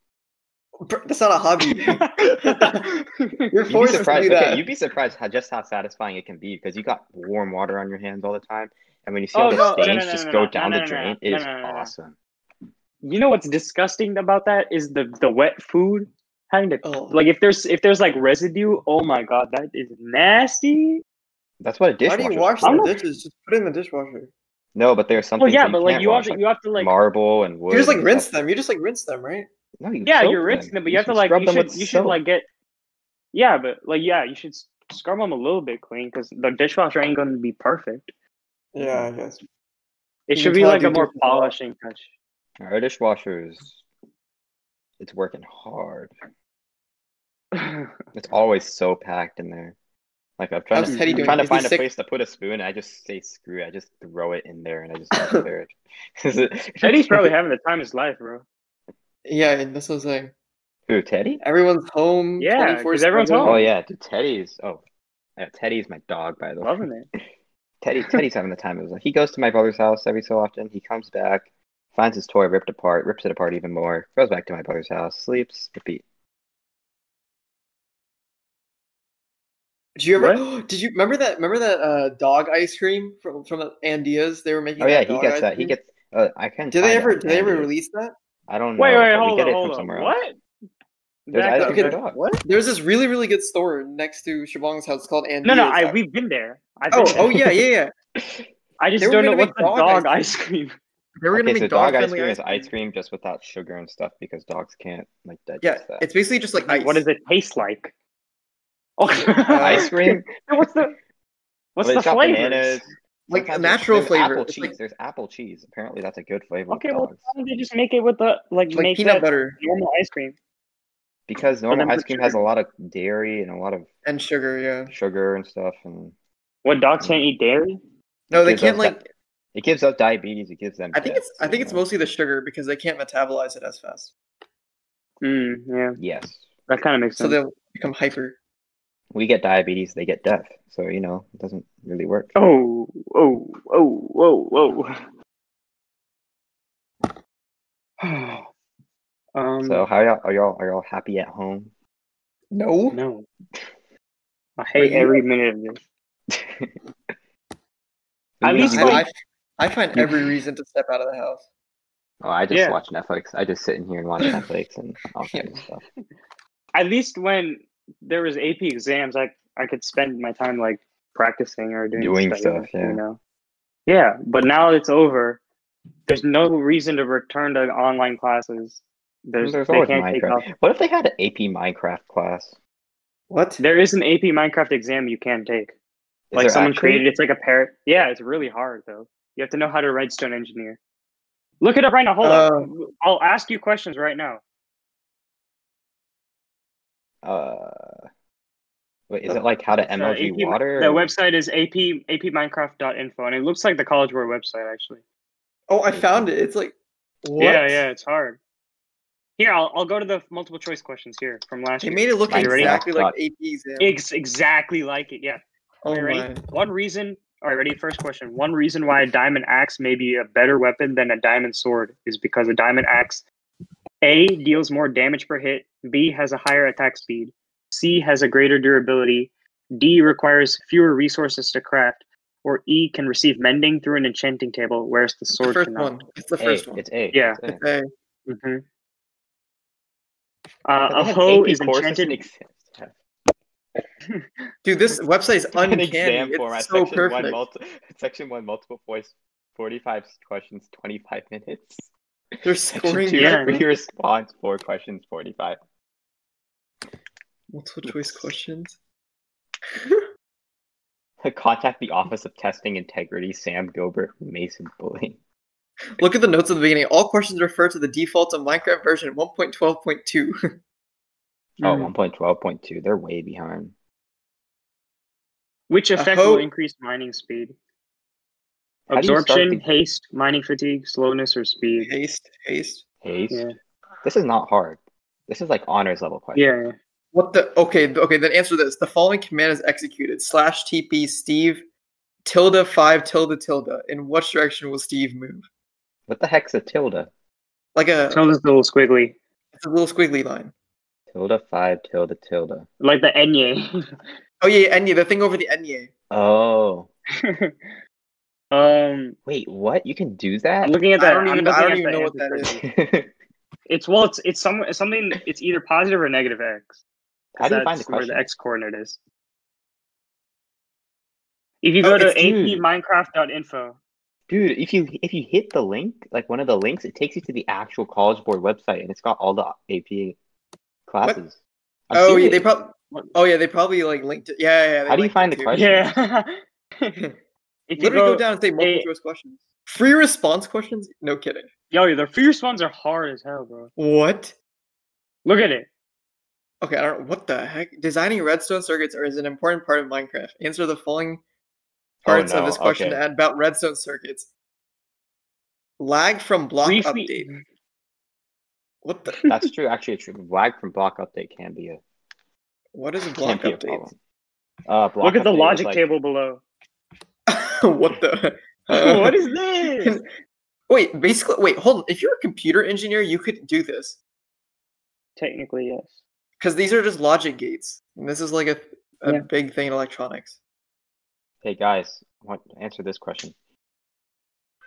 Speaker 3: Br- That's not a hobby. You're
Speaker 2: You'd be
Speaker 3: forced to
Speaker 2: surprised.
Speaker 3: do
Speaker 2: Okay,
Speaker 3: that.
Speaker 2: you'd be surprised how just how satisfying it can be because you got warm water on your hands all the time, and when you see all
Speaker 1: Oh,
Speaker 2: the
Speaker 1: no, no, no,
Speaker 2: stains
Speaker 1: no,
Speaker 2: just
Speaker 1: no,
Speaker 2: go
Speaker 1: no,
Speaker 2: down
Speaker 1: no,
Speaker 2: the
Speaker 1: no, no,
Speaker 2: drain,
Speaker 1: no,
Speaker 2: it is
Speaker 1: no, no, no.
Speaker 2: awesome.
Speaker 1: you know what's disgusting about that is the the wet food having to
Speaker 3: oh,
Speaker 1: like if there's if there's like residue. Oh my god, that is nasty.
Speaker 2: That's what a
Speaker 3: why
Speaker 2: dishwasher.
Speaker 3: do you wash
Speaker 2: for.
Speaker 1: I'm
Speaker 3: the
Speaker 1: not-
Speaker 3: dishes? Just put it in the dishwasher.
Speaker 2: No, but there are some
Speaker 1: Well,
Speaker 2: things
Speaker 1: yeah,
Speaker 2: that
Speaker 1: but like
Speaker 2: can't
Speaker 1: you have
Speaker 2: wash,
Speaker 1: to you have to like
Speaker 2: marble and wood.
Speaker 3: You just like
Speaker 2: and
Speaker 3: rinse
Speaker 2: stuff.
Speaker 3: them. You just like rinse them, right?
Speaker 2: No, you
Speaker 1: yeah,
Speaker 2: soak
Speaker 1: you're rinsing them, but you, have to
Speaker 2: should
Speaker 1: like
Speaker 2: scrub
Speaker 1: you
Speaker 2: them
Speaker 1: should
Speaker 2: with
Speaker 1: you should
Speaker 2: soap.
Speaker 1: like get yeah, but like yeah, you should s- scrub them a little bit clean because the dishwasher ain't gonna be perfect.
Speaker 3: Yeah, I guess.
Speaker 1: It
Speaker 3: You
Speaker 1: should
Speaker 3: can
Speaker 1: be
Speaker 3: tell
Speaker 1: like a
Speaker 3: dude
Speaker 1: more
Speaker 3: doesn't know.
Speaker 1: polishing touch.
Speaker 2: Our dishwasher's it's working hard. It's always so packed in there. Like I'm trying
Speaker 3: How's
Speaker 2: to,
Speaker 3: Teddy
Speaker 2: I'm
Speaker 3: doing?
Speaker 2: trying to
Speaker 3: Is he
Speaker 2: find a
Speaker 3: sick?
Speaker 2: place to put a spoon. And I just say screw. it. I just throw it in there, and I just don't care. Is it-
Speaker 1: Teddy's probably having the time of his life, bro.
Speaker 3: Yeah, and that's what I'm saying.
Speaker 2: Ooh, Teddy.
Speaker 3: Everyone's home.
Speaker 1: Yeah, 'cause everyone's
Speaker 3: 24/7.
Speaker 2: Oh yeah, dude, Teddy's. Oh, yeah, Teddy's my dog, by the way.
Speaker 1: Loving it.
Speaker 2: Teddy, Teddy's having the time of his life. He goes to my brother's house every so often. He comes back, finds his toy ripped apart, rips it apart even more, goes back to my brother's house, sleeps, repeat.
Speaker 3: Did you ever? Did you remember that? Remember that uh, dog ice cream from from Andia's? They were making.
Speaker 2: Oh yeah,
Speaker 3: that
Speaker 2: he
Speaker 3: dog
Speaker 2: gets
Speaker 3: ice
Speaker 2: that. He
Speaker 3: cream?
Speaker 2: gets. Uh, I can.
Speaker 3: Did they
Speaker 2: find
Speaker 3: ever?
Speaker 2: it.
Speaker 3: Did they ever
Speaker 2: Andy.
Speaker 3: release that?
Speaker 2: I don't know.
Speaker 1: Wait, wait,
Speaker 2: but we
Speaker 1: hold
Speaker 2: get
Speaker 1: on,
Speaker 2: it from
Speaker 1: hold on.
Speaker 2: somewhere else.
Speaker 1: What?
Speaker 2: There's
Speaker 1: Back
Speaker 2: ice
Speaker 1: up.
Speaker 2: cream
Speaker 3: okay.
Speaker 2: dog.
Speaker 1: What?
Speaker 3: There's this really really good store next to Shabong's house. It's called Andia's.
Speaker 1: No, no, I we've been there. I've been
Speaker 3: Oh,
Speaker 1: there.
Speaker 3: oh yeah, yeah, yeah.
Speaker 1: I just
Speaker 3: They were
Speaker 1: don't know
Speaker 3: gonna
Speaker 1: what's
Speaker 3: make
Speaker 1: the
Speaker 3: dog
Speaker 1: dog
Speaker 3: ice
Speaker 1: ice cream.
Speaker 3: They were gonna
Speaker 2: okay, so
Speaker 3: make
Speaker 2: dog ice
Speaker 3: friendly
Speaker 2: cream is ice cream just without sugar and stuff because dogs can't like digest
Speaker 3: Yeah,
Speaker 2: that.
Speaker 3: it's basically just like ice.
Speaker 1: What does it taste like? Oh,
Speaker 2: ice cream.
Speaker 1: What's the what's
Speaker 2: Well,
Speaker 1: the
Speaker 2: it's got
Speaker 1: flavors?
Speaker 2: bananas.
Speaker 3: Like
Speaker 2: Sometimes there's-
Speaker 3: natural
Speaker 2: there's
Speaker 3: flavor.
Speaker 2: Apple
Speaker 3: It's
Speaker 2: cheese.
Speaker 3: like,
Speaker 2: There's apple cheese. Apparently, that's a good flavor.
Speaker 1: Okay,
Speaker 2: with
Speaker 1: well,
Speaker 2: dogs.
Speaker 1: why don't they just make it with the like,
Speaker 3: like
Speaker 1: make
Speaker 3: peanut
Speaker 1: that
Speaker 3: butter
Speaker 1: normal ice cream?
Speaker 2: because normal
Speaker 1: then
Speaker 2: ice
Speaker 1: put
Speaker 2: cream
Speaker 1: sugar.
Speaker 2: has a lot of dairy and a lot of
Speaker 3: and sugar. Yeah.
Speaker 2: sugar and stuff, and
Speaker 1: What dogs can't eat dairy?
Speaker 3: No, they
Speaker 2: Gives us
Speaker 3: can't like.
Speaker 2: it gives us diabetes. It gives them.
Speaker 3: I think it's.
Speaker 2: fits,
Speaker 3: I
Speaker 2: you
Speaker 3: think it's
Speaker 2: know?
Speaker 3: mostly the sugar because they can't metabolize it as fast,
Speaker 1: Mm, yeah,
Speaker 2: Yes,
Speaker 1: that kind of makes
Speaker 3: so
Speaker 1: sense.
Speaker 3: they'll become hyper.
Speaker 2: we get diabetes. They get deaf. So you know, it doesn't really work.
Speaker 1: oh, oh, oh, whoa, whoa. oh. um,
Speaker 2: So how y'all are y'all are y'all happy at home?
Speaker 3: No.
Speaker 1: no, I
Speaker 3: Wait,
Speaker 1: hate
Speaker 3: you-
Speaker 1: every minute of this. At least,
Speaker 2: I,
Speaker 1: like-
Speaker 3: I, I, I find every reason to step out of the house.
Speaker 2: oh, I just
Speaker 1: yeah.
Speaker 2: watch Netflix. I just sit in here and watch Netflix and all kinds of stuff.
Speaker 1: At least when there was AP exams, I I could spend my time like practicing or doing
Speaker 2: Doing stuff, yeah.
Speaker 1: You know, yeah. But now it's over. There's no reason to return to online classes. There's,
Speaker 2: There's
Speaker 1: they
Speaker 2: always
Speaker 1: can't take off.
Speaker 2: Minecraft. What if they had an AP Minecraft class? Is
Speaker 3: What?
Speaker 1: There is an AP Minecraft exam you can take. like
Speaker 2: there
Speaker 1: someone
Speaker 2: actually-
Speaker 1: created it's like a pair yeah it's really hard though you have to know how to redstone engineer look it up right now hold
Speaker 3: Uh,
Speaker 1: on i'll ask you questions right now
Speaker 2: Uh, wait, is
Speaker 3: The-
Speaker 2: it like how to
Speaker 1: Uh,
Speaker 2: MLG
Speaker 1: AP
Speaker 2: water?
Speaker 1: the
Speaker 2: or-
Speaker 1: website is ap apminecraft.info and it looks like the college board website actually
Speaker 3: Oh, I found it. It's like. What?
Speaker 1: yeah yeah it's hard here I'll, I'll go to the multiple choice questions here from last
Speaker 3: They
Speaker 1: year
Speaker 3: made it look
Speaker 2: Are you ready?
Speaker 3: exactly like
Speaker 2: Thought-
Speaker 3: AP exam.
Speaker 1: Ex- exactly like it yeah
Speaker 3: oh
Speaker 1: Are you
Speaker 3: my.
Speaker 1: ready? One reason. All right, ready? First question. One reason why a diamond axe may be a better weapon than a diamond sword is because a diamond axe A deals more damage per hit, B has a higher attack speed, C has a greater durability, D requires fewer resources to craft, or E can receive mending through an enchanting table, whereas the
Speaker 3: It's the
Speaker 1: sword
Speaker 3: first
Speaker 1: cannot.
Speaker 3: one. It's the
Speaker 2: A,
Speaker 3: first one.
Speaker 2: It's A.
Speaker 1: Yeah.
Speaker 2: It's A.
Speaker 3: Hey,
Speaker 1: hmm Uh,
Speaker 2: But
Speaker 1: a
Speaker 2: they have
Speaker 1: hoe
Speaker 2: AP
Speaker 1: is
Speaker 2: courses
Speaker 1: enchanted.
Speaker 2: and ex-
Speaker 3: dude, this website is
Speaker 2: an
Speaker 3: uncanny.
Speaker 2: exam format.
Speaker 3: It's so
Speaker 2: section One
Speaker 3: perfect.
Speaker 2: multi- section one, multiple voice, forty-five questions, twenty-five minutes.
Speaker 3: They're
Speaker 2: Section
Speaker 3: scoring.
Speaker 2: two,
Speaker 1: Yeah.
Speaker 2: three response, four questions, forty-five.
Speaker 3: Multiple choice questions.
Speaker 2: Contact the Office of Testing Integrity, Sam Gilbert, Mason Bully.
Speaker 3: Look at the notes at the beginning. All questions refer to the defaults of Minecraft version 1.12.2.
Speaker 2: Oh,
Speaker 1: Mm.
Speaker 2: one point twelve point two. They're way behind.
Speaker 1: Which
Speaker 3: A
Speaker 1: effect
Speaker 3: hoe-
Speaker 1: will increase mining speed?
Speaker 2: How do you start
Speaker 1: Absorption,
Speaker 2: the-
Speaker 1: haste, mining fatigue, slowness, or speed.
Speaker 3: haste, haste.
Speaker 2: Haste.
Speaker 1: Yeah.
Speaker 2: This is not hard. This is like honors level question.
Speaker 1: Yeah. yeah.
Speaker 3: What the? Okay, th- okay. Then answer this. The following command is executed: slash tp Steve, tilde five tilde tilde. In which direction will Steve move?
Speaker 2: What the heck's a tilde?
Speaker 3: Like a,
Speaker 1: Sounds a little squiggly,
Speaker 3: it's a little squiggly line.
Speaker 2: Tilde five, tilde tilde.
Speaker 1: like the enye.
Speaker 3: Oh yeah, yeah, enye. The thing over the E enye.
Speaker 2: Oh.
Speaker 1: um,
Speaker 2: Wait, what? You can do that?
Speaker 1: I'm looking at
Speaker 3: I
Speaker 1: that.
Speaker 3: don't
Speaker 1: I'm
Speaker 3: even- I
Speaker 1: looking
Speaker 3: don't
Speaker 1: at
Speaker 3: even
Speaker 1: the
Speaker 3: know what that
Speaker 1: answer
Speaker 3: is.
Speaker 1: for it. It's well, it's it's some it's something. It's either positive or negative x. 'cause
Speaker 2: How do you find
Speaker 1: that's
Speaker 2: the
Speaker 1: where the
Speaker 2: question?
Speaker 1: x coordinate is? If you
Speaker 3: Oh,
Speaker 1: go to
Speaker 3: it's huge.
Speaker 1: apminecraft.info,
Speaker 2: Dude, if you if you hit the link, like one of the links, it takes you to the actual College Board website, and it's got all the AP classes. I'm
Speaker 3: Oh yeah,
Speaker 2: serious.
Speaker 3: they probably. Oh yeah, they probably like linked it. Yeah, yeah. yeah, they
Speaker 2: How do you
Speaker 3: linked
Speaker 2: find
Speaker 3: it
Speaker 2: the
Speaker 3: too.
Speaker 2: question?
Speaker 1: yeah. if you
Speaker 3: Literally go,
Speaker 1: go,
Speaker 3: down and say multiple
Speaker 1: eh.
Speaker 3: choice questions. Free response questions? No kidding.
Speaker 1: yo, the fierce ones are hard as hell, bro.
Speaker 3: What?
Speaker 1: Look at it.
Speaker 3: Okay, I don't what the heck. Designing redstone circuits are, is an important part of Minecraft. Answer the following parts
Speaker 2: Oh, no,
Speaker 3: of this question
Speaker 2: okay.
Speaker 3: about redstone circuits. Lag from block
Speaker 1: Briefly-
Speaker 3: update. What the
Speaker 2: That's true. Actually, it's true. Lag from block update can be a
Speaker 3: what is a
Speaker 2: can
Speaker 3: block
Speaker 2: be a
Speaker 3: update?
Speaker 2: problem. Uh, block
Speaker 1: Look at the
Speaker 2: update is
Speaker 1: logic
Speaker 2: like-
Speaker 1: table below.
Speaker 3: what the uh,
Speaker 1: what is this?
Speaker 3: Wait, basically wait, hold on. If you're a computer engineer, you could do this.
Speaker 1: Technically, yes.
Speaker 3: Because these are just logic gates. And this is like a, a
Speaker 1: Yeah.
Speaker 3: big thing in electronics.
Speaker 2: Hey guys, want answer this question.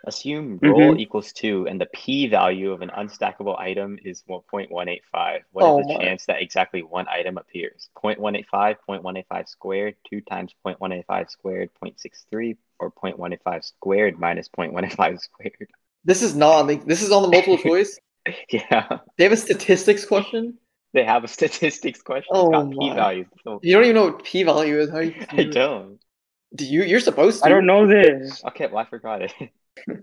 Speaker 2: Assume
Speaker 3: Mm-hmm.
Speaker 2: roll equals two and the p value of an unstackable item is 1.185. What is
Speaker 3: Oh
Speaker 2: the
Speaker 3: my.
Speaker 2: chance that exactly one item appears? 0.185, 0.185 squared, 2 times 0.185 squared, 0.63, or 0.185 squared minus 0.185 squared?
Speaker 3: This is not on the this is on the multiple choice.
Speaker 2: Yeah,
Speaker 3: They have a statistics question.
Speaker 2: they have a statistics question. It's
Speaker 3: Oh
Speaker 2: got
Speaker 3: my.
Speaker 2: p values. So
Speaker 3: You don't even know what p value is. How you
Speaker 2: I don't.
Speaker 3: do you? You're supposed to.
Speaker 1: I don't know this.
Speaker 2: Okay, well, I forgot it.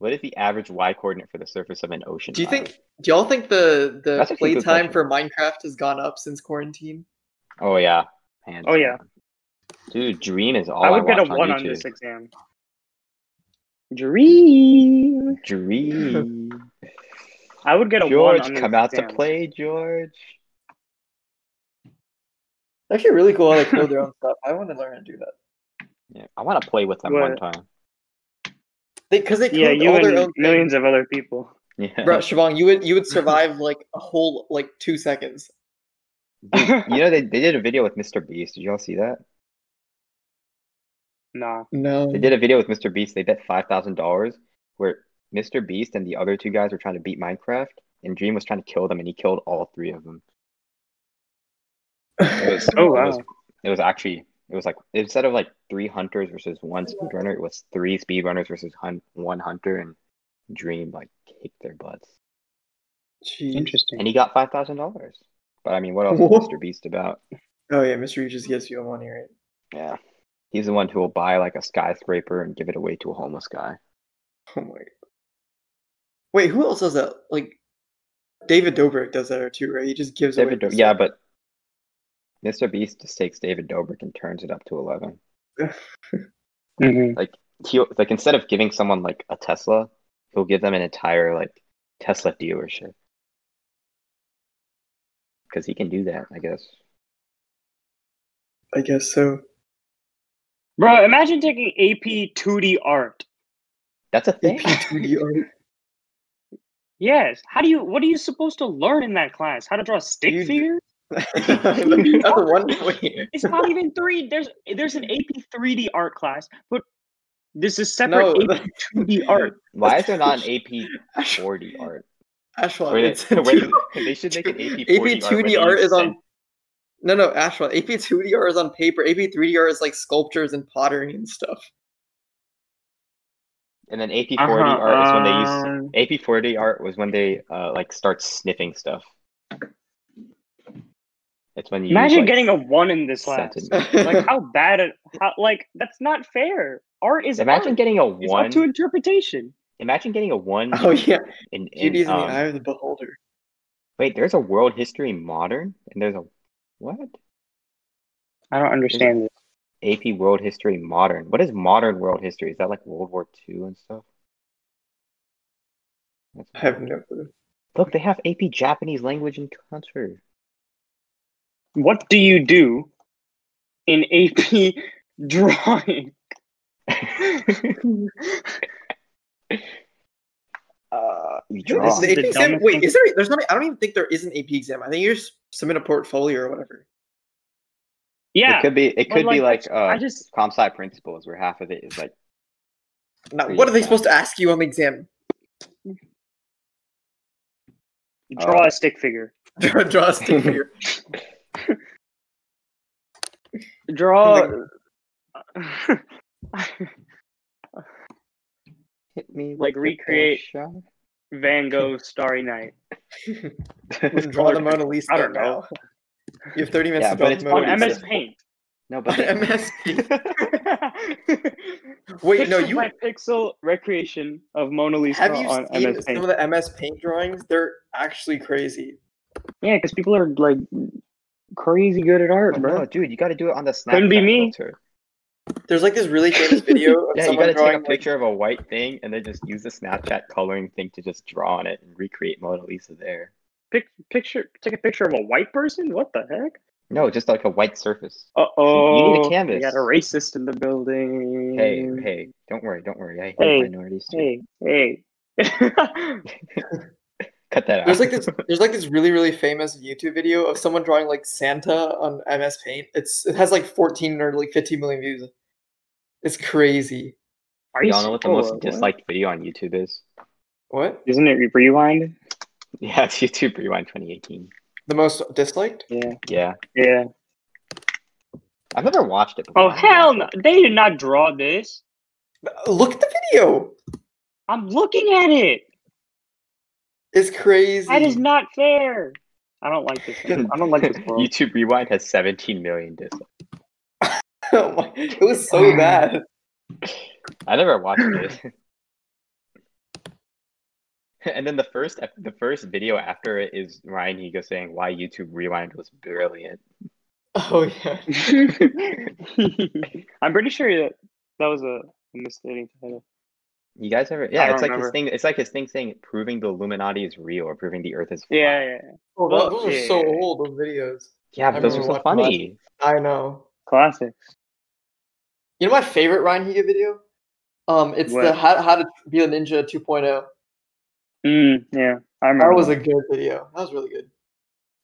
Speaker 2: What is the average y coordinate for the surface of an ocean?
Speaker 3: Do you
Speaker 2: mile?
Speaker 3: think? Do y'all think the the
Speaker 2: That's actually a good
Speaker 3: playtime for Minecraft has gone up since quarantine?
Speaker 2: Oh yeah. Hands
Speaker 1: Oh, yeah.
Speaker 2: down. Dude, Dream is all
Speaker 1: I would get a
Speaker 2: watch
Speaker 1: one
Speaker 2: on,
Speaker 1: on
Speaker 2: YouTube.
Speaker 1: this exam. Dream.
Speaker 2: Dream.
Speaker 1: I would get a one
Speaker 2: George,
Speaker 1: on
Speaker 2: come
Speaker 1: this
Speaker 2: out
Speaker 1: exam.
Speaker 2: to play, George.
Speaker 3: Actually, really cool how they build their own stuff. I want to learn how to do that.
Speaker 2: Yeah, I want to play with them one
Speaker 1: What?
Speaker 2: time.
Speaker 3: Because they, 'cause they
Speaker 1: Yeah,
Speaker 3: code
Speaker 1: you
Speaker 3: all their
Speaker 1: and
Speaker 3: own
Speaker 1: millions of other people.
Speaker 2: Yeah.
Speaker 3: Things. Bro, Siobhan, you would you would survive like a whole like two seconds.
Speaker 2: You know they, they did a video with Mr. Beast. Did y'all see that?
Speaker 1: nah.
Speaker 3: No.
Speaker 2: They did a video with Mr. Beast. They bet five thousand dollars where Mr. Beast and the other two guys were trying to beat Minecraft, and Dream was trying to kill them, and he killed all three of them. It was,
Speaker 1: Oh,
Speaker 2: it was,
Speaker 1: wow.
Speaker 2: it was actually it was like instead of like three hunters versus one speedrunner, it was three speedrunners versus hun- one hunter, and Dream like kicked their butts,
Speaker 3: Jeez.
Speaker 2: and
Speaker 1: Interesting.
Speaker 2: he got five thousand dollars. But I mean, what else
Speaker 3: Whoa.
Speaker 2: is Mr. Beast about?
Speaker 3: Oh yeah, Mr. Reed just gets you on money, right?
Speaker 2: Yeah, he's the one who will buy like a skyscraper and give it away to a homeless guy.
Speaker 3: Oh my. God. Wait, who else does that? Like, David Dobrik does that too, right? He just gives
Speaker 2: David,
Speaker 3: away.
Speaker 2: Do- yeah, but Mr. Beast just takes David Dobrik and turns it up to eleven.
Speaker 1: Mhm.
Speaker 2: He like instead of giving someone like a Tesla, he'll give them an entire like Tesla dealership because he can do that, I guess.
Speaker 3: I guess so.
Speaker 1: Bro, imagine taking AP 2D art.
Speaker 2: That's a thing.
Speaker 3: AP2D art.
Speaker 1: Yes. How do you? What are you supposed to learn in that class? How to draw a stick
Speaker 3: You-
Speaker 1: figure?
Speaker 3: That's the one way.
Speaker 1: It's not even three. There's there's an AP 3D art class, but this is separate
Speaker 3: No,
Speaker 1: AP 2D art.
Speaker 2: Why is there not an AP
Speaker 3: Ash-
Speaker 2: 40 art?
Speaker 3: Ashwan,
Speaker 2: Wait,
Speaker 3: it's
Speaker 2: wait,
Speaker 3: two-
Speaker 2: they should make an AP 40 art. where they
Speaker 3: 2D art
Speaker 2: use
Speaker 3: is on.
Speaker 2: sand-
Speaker 3: No, no, Ashwan. AP 2D art is on paper. AP 3D art is like sculptures and pottery and stuff.
Speaker 2: and then AP 40
Speaker 3: Uh-huh,
Speaker 2: art is when they use
Speaker 3: uh,
Speaker 1: Uh-huh.
Speaker 2: AP 40 art was when they uh like start sniffing stuff. It's when you
Speaker 1: Imagine
Speaker 2: use, like,
Speaker 1: getting a one in this class.
Speaker 2: sentence.
Speaker 1: Like how bad? It, how like that's not fair. Art is
Speaker 2: Imagine
Speaker 1: art.
Speaker 2: getting a
Speaker 1: It's up to
Speaker 2: one.
Speaker 1: interpretation.
Speaker 2: Imagine getting a one
Speaker 3: oh yeah,
Speaker 2: in, in,
Speaker 3: beauty is in
Speaker 2: um,
Speaker 3: the eye of the beholder.
Speaker 2: Wait, there's a world history modern and there's a what?
Speaker 1: I don't understand this.
Speaker 2: AP world history modern. What is modern world history? Is that like World War II and stuff? That's
Speaker 3: I have no clue.
Speaker 2: Look, they have AP Japanese language and culture.
Speaker 1: What do you do in AP drawing?
Speaker 2: Uh, you
Speaker 3: Dude,
Speaker 2: draw.
Speaker 3: is the
Speaker 1: The
Speaker 3: AP exam-
Speaker 1: dumbest
Speaker 3: Wait,
Speaker 1: thing-
Speaker 3: is there? There's not. I don't even think there is an AP exam. I think you just submit a portfolio or whatever.
Speaker 1: Yeah,
Speaker 2: It could be. It
Speaker 1: but,
Speaker 2: could be
Speaker 1: like,
Speaker 2: like uh,
Speaker 1: I just
Speaker 2: comp sci principles, where half of it is like
Speaker 3: Now,
Speaker 2: Pretty
Speaker 3: what are they
Speaker 2: bad.
Speaker 3: supposed to ask you on the exam?
Speaker 1: draw
Speaker 2: uh,
Speaker 1: a stick figure.
Speaker 3: Draw draw a stick figure.
Speaker 1: Draw.
Speaker 2: hit me
Speaker 1: Like,
Speaker 2: with the
Speaker 1: recreate-
Speaker 2: gunshot.
Speaker 1: Van Gogh's Starry Night.
Speaker 3: draw the Mona Lisa.
Speaker 1: I don't
Speaker 3: now.
Speaker 1: know.
Speaker 3: You have 30 minutes
Speaker 2: Yeah,
Speaker 3: to
Speaker 2: but
Speaker 3: draw
Speaker 2: it's
Speaker 3: the
Speaker 1: On
Speaker 3: Mona Lisa.
Speaker 1: MS Paint.
Speaker 2: no,
Speaker 3: On
Speaker 2: but
Speaker 3: MS. Wait,
Speaker 1: Wait,
Speaker 3: no, you
Speaker 1: my pixel recreation of Mona Lisa
Speaker 3: have you
Speaker 1: on
Speaker 3: seen
Speaker 1: MS
Speaker 3: some
Speaker 1: Paint.
Speaker 3: of the MS Paint drawings? They're actually crazy.
Speaker 1: Yeah, because people are like crazy good at art,
Speaker 2: Oh,
Speaker 1: bro.
Speaker 2: no, dude, you got to do it on the Snapchat
Speaker 1: Couldn't be me.
Speaker 2: filter.
Speaker 3: There's like this really famous video of
Speaker 2: Yeah, you
Speaker 3: someone
Speaker 2: got to take
Speaker 3: drawing
Speaker 2: a picture of a white thing and then just use the Snapchat coloring thing to just draw on it and recreate Mona Lisa there.
Speaker 1: Pic- picture, take a picture of a white person. What the heck?
Speaker 2: No, just like a white surface.
Speaker 1: Uh oh.
Speaker 2: You need a canvas.
Speaker 1: We got a racist in the building.
Speaker 2: Hey, hey, don't worry, don't worry. I hate
Speaker 1: Mm. Hey,
Speaker 2: minorities too.
Speaker 1: hey, hey.
Speaker 2: Cut that out.
Speaker 3: There's like this. There's like this really really famous YouTube video of someone drawing like Santa on MS Paint. It's it has like 14 or like 15 million views. It's crazy.
Speaker 1: Are
Speaker 2: Y'all know what the most
Speaker 1: sure?
Speaker 2: disliked video on YouTube is?
Speaker 3: What?
Speaker 1: Isn't it Rewind?
Speaker 2: Yeah, it's YouTube Rewind 2018.
Speaker 3: The most disliked?
Speaker 1: Yeah.
Speaker 2: Yeah,
Speaker 1: Yeah.
Speaker 2: I've never watched it. before.
Speaker 1: Oh hell no! They did not draw this.
Speaker 3: Look at the video.
Speaker 1: I'm looking at it.
Speaker 3: It's crazy.
Speaker 1: That
Speaker 2: Hmm.
Speaker 1: is not fair. I don't like this. man. I don't like this world.
Speaker 2: YouTube Rewind has 17 million dislikes.
Speaker 3: Oh my- it was so bad.
Speaker 2: I never watched it. and then the first ep- the first video after it is Ryan Higo saying why YouTube Rewind was brilliant.
Speaker 3: Oh yeah.
Speaker 1: I'm pretty sure that that was a misleading title.
Speaker 2: You guys ever?
Speaker 1: I
Speaker 2: Yeah,
Speaker 1: don't
Speaker 2: it's like
Speaker 1: remember.
Speaker 2: this thing. It's like his thing saying proving the Illuminati is real or proving the Earth is flat.
Speaker 1: Yeah, yeah, yeah.
Speaker 3: Well,
Speaker 1: Well,
Speaker 3: those are so
Speaker 1: yeah.
Speaker 3: old. Those videos.
Speaker 2: yeah, but
Speaker 3: I
Speaker 2: those are
Speaker 3: remember
Speaker 2: so
Speaker 3: watching
Speaker 2: funny.
Speaker 3: that. I know.
Speaker 1: classics.
Speaker 3: You know my favorite Ryan Higa video? Um, it's the
Speaker 1: What?
Speaker 3: how, how to be a ninja 2.0.
Speaker 1: Mm, yeah, I
Speaker 3: That
Speaker 1: remember.
Speaker 3: was
Speaker 1: that.
Speaker 3: a good video. That was really good.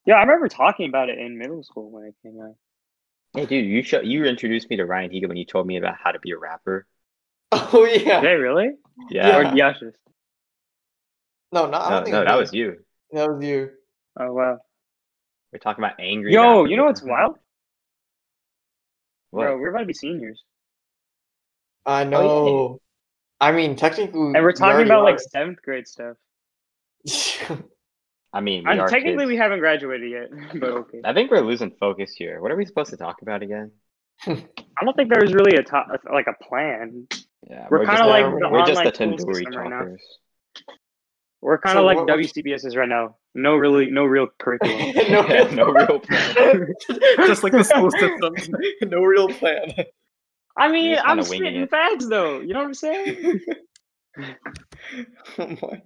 Speaker 1: yeah, I remember talking about it in middle school when it came out.
Speaker 2: Hey, dude, you show, you introduced me to Ryan Higa when you told me about how to be a rapper.
Speaker 3: Oh yeah.
Speaker 1: Did I really?
Speaker 2: Yeah,
Speaker 1: Or
Speaker 3: Yeah.
Speaker 1: Yasha's?
Speaker 3: No, no, I don't
Speaker 2: no,
Speaker 3: think
Speaker 2: no,
Speaker 3: it
Speaker 2: that
Speaker 3: you.
Speaker 2: was you.
Speaker 3: That was you.
Speaker 1: Oh wow.
Speaker 2: We're talking about angry.
Speaker 1: Yo,
Speaker 2: rappers.
Speaker 1: you know what's wild,
Speaker 2: What?
Speaker 1: bro? We're about to be seniors,
Speaker 3: I know. I mean, technically,
Speaker 1: and we're talking about like seventh grade stuff.
Speaker 3: like.
Speaker 2: I mean, we
Speaker 1: And
Speaker 2: are
Speaker 1: technically,
Speaker 2: kids.
Speaker 1: we haven't graduated yet, but okay.
Speaker 2: I think we're losing focus here. What are we supposed to talk about again?
Speaker 1: I don't think there was really a top, like a plan.
Speaker 2: Yeah,
Speaker 1: We're
Speaker 2: just
Speaker 1: kinda
Speaker 3: like
Speaker 2: we're
Speaker 3: the
Speaker 2: just the
Speaker 1: online school
Speaker 2: tandoori
Speaker 1: system right now.
Speaker 2: talkers.
Speaker 1: We're kind of
Speaker 3: So
Speaker 1: like
Speaker 3: what- what-
Speaker 1: WCBS is right now. No really, no real curriculum.
Speaker 3: no,
Speaker 2: Yeah,
Speaker 3: real,
Speaker 2: no real plan.
Speaker 3: just like the school system. no real plan.
Speaker 1: I mean,
Speaker 2: just
Speaker 1: I'm
Speaker 2: kinda winging
Speaker 1: spitting
Speaker 2: it.
Speaker 1: facts though. You know what I'm saying?
Speaker 3: Oh my.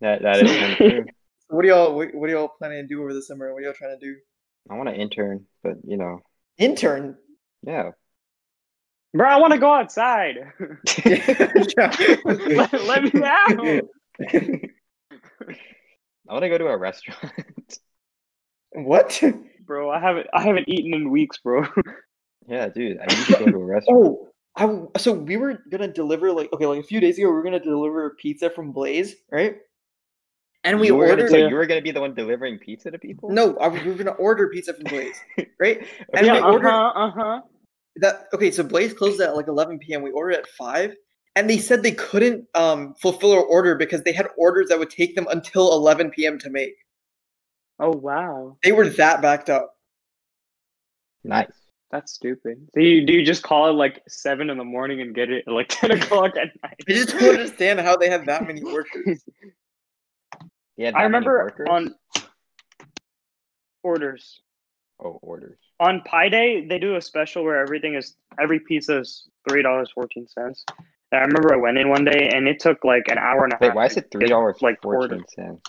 Speaker 2: That that is kind of true.
Speaker 3: What do y'all? What, what are y'all planning to do over the summer? What are y'all trying to do?
Speaker 2: I want to intern, but you know,
Speaker 3: Intern.
Speaker 2: yeah.
Speaker 1: Bro, I want to go outside. let, let me out.
Speaker 2: I want to go to a restaurant.
Speaker 3: what?
Speaker 1: Bro, I haven't I haven't eaten in weeks, bro.
Speaker 2: yeah, dude, I need to go to a restaurant.
Speaker 3: Oh, I w- so we were gonna deliver like okay, like a few days ago, we were gonna deliver pizza from Blaze, right? And we
Speaker 2: you were
Speaker 3: ordered.
Speaker 2: Gonna, so you were gonna be the one delivering pizza to people?
Speaker 3: no, I, we were gonna order pizza from Blaze, right? And
Speaker 1: yeah,
Speaker 3: we
Speaker 1: uh
Speaker 3: ordered
Speaker 1: huh, uh huh.
Speaker 3: that. Okay, so Blaze closed at like 11 p.m. We ordered at five, and they said they couldn't um, fulfill our order because they had orders that would take them until 11 p.m. to make.
Speaker 1: Oh wow,
Speaker 3: They were that backed up.
Speaker 2: Nice.
Speaker 1: that's stupid. So you do you just call it like seven in the morning and get it at like ten o'clock at night?
Speaker 3: I just don't understand how they had that many workers.
Speaker 2: Yeah.
Speaker 1: I remember on orders
Speaker 2: oh orders.
Speaker 1: on Pi Day they do a special where everything is every pizza is three dollars fourteen cents. And I remember I went in one day and it took like an hour and a half.
Speaker 2: Wait, why is
Speaker 1: to
Speaker 2: it three dollars
Speaker 1: like
Speaker 2: like
Speaker 1: order.
Speaker 2: fourteen cents?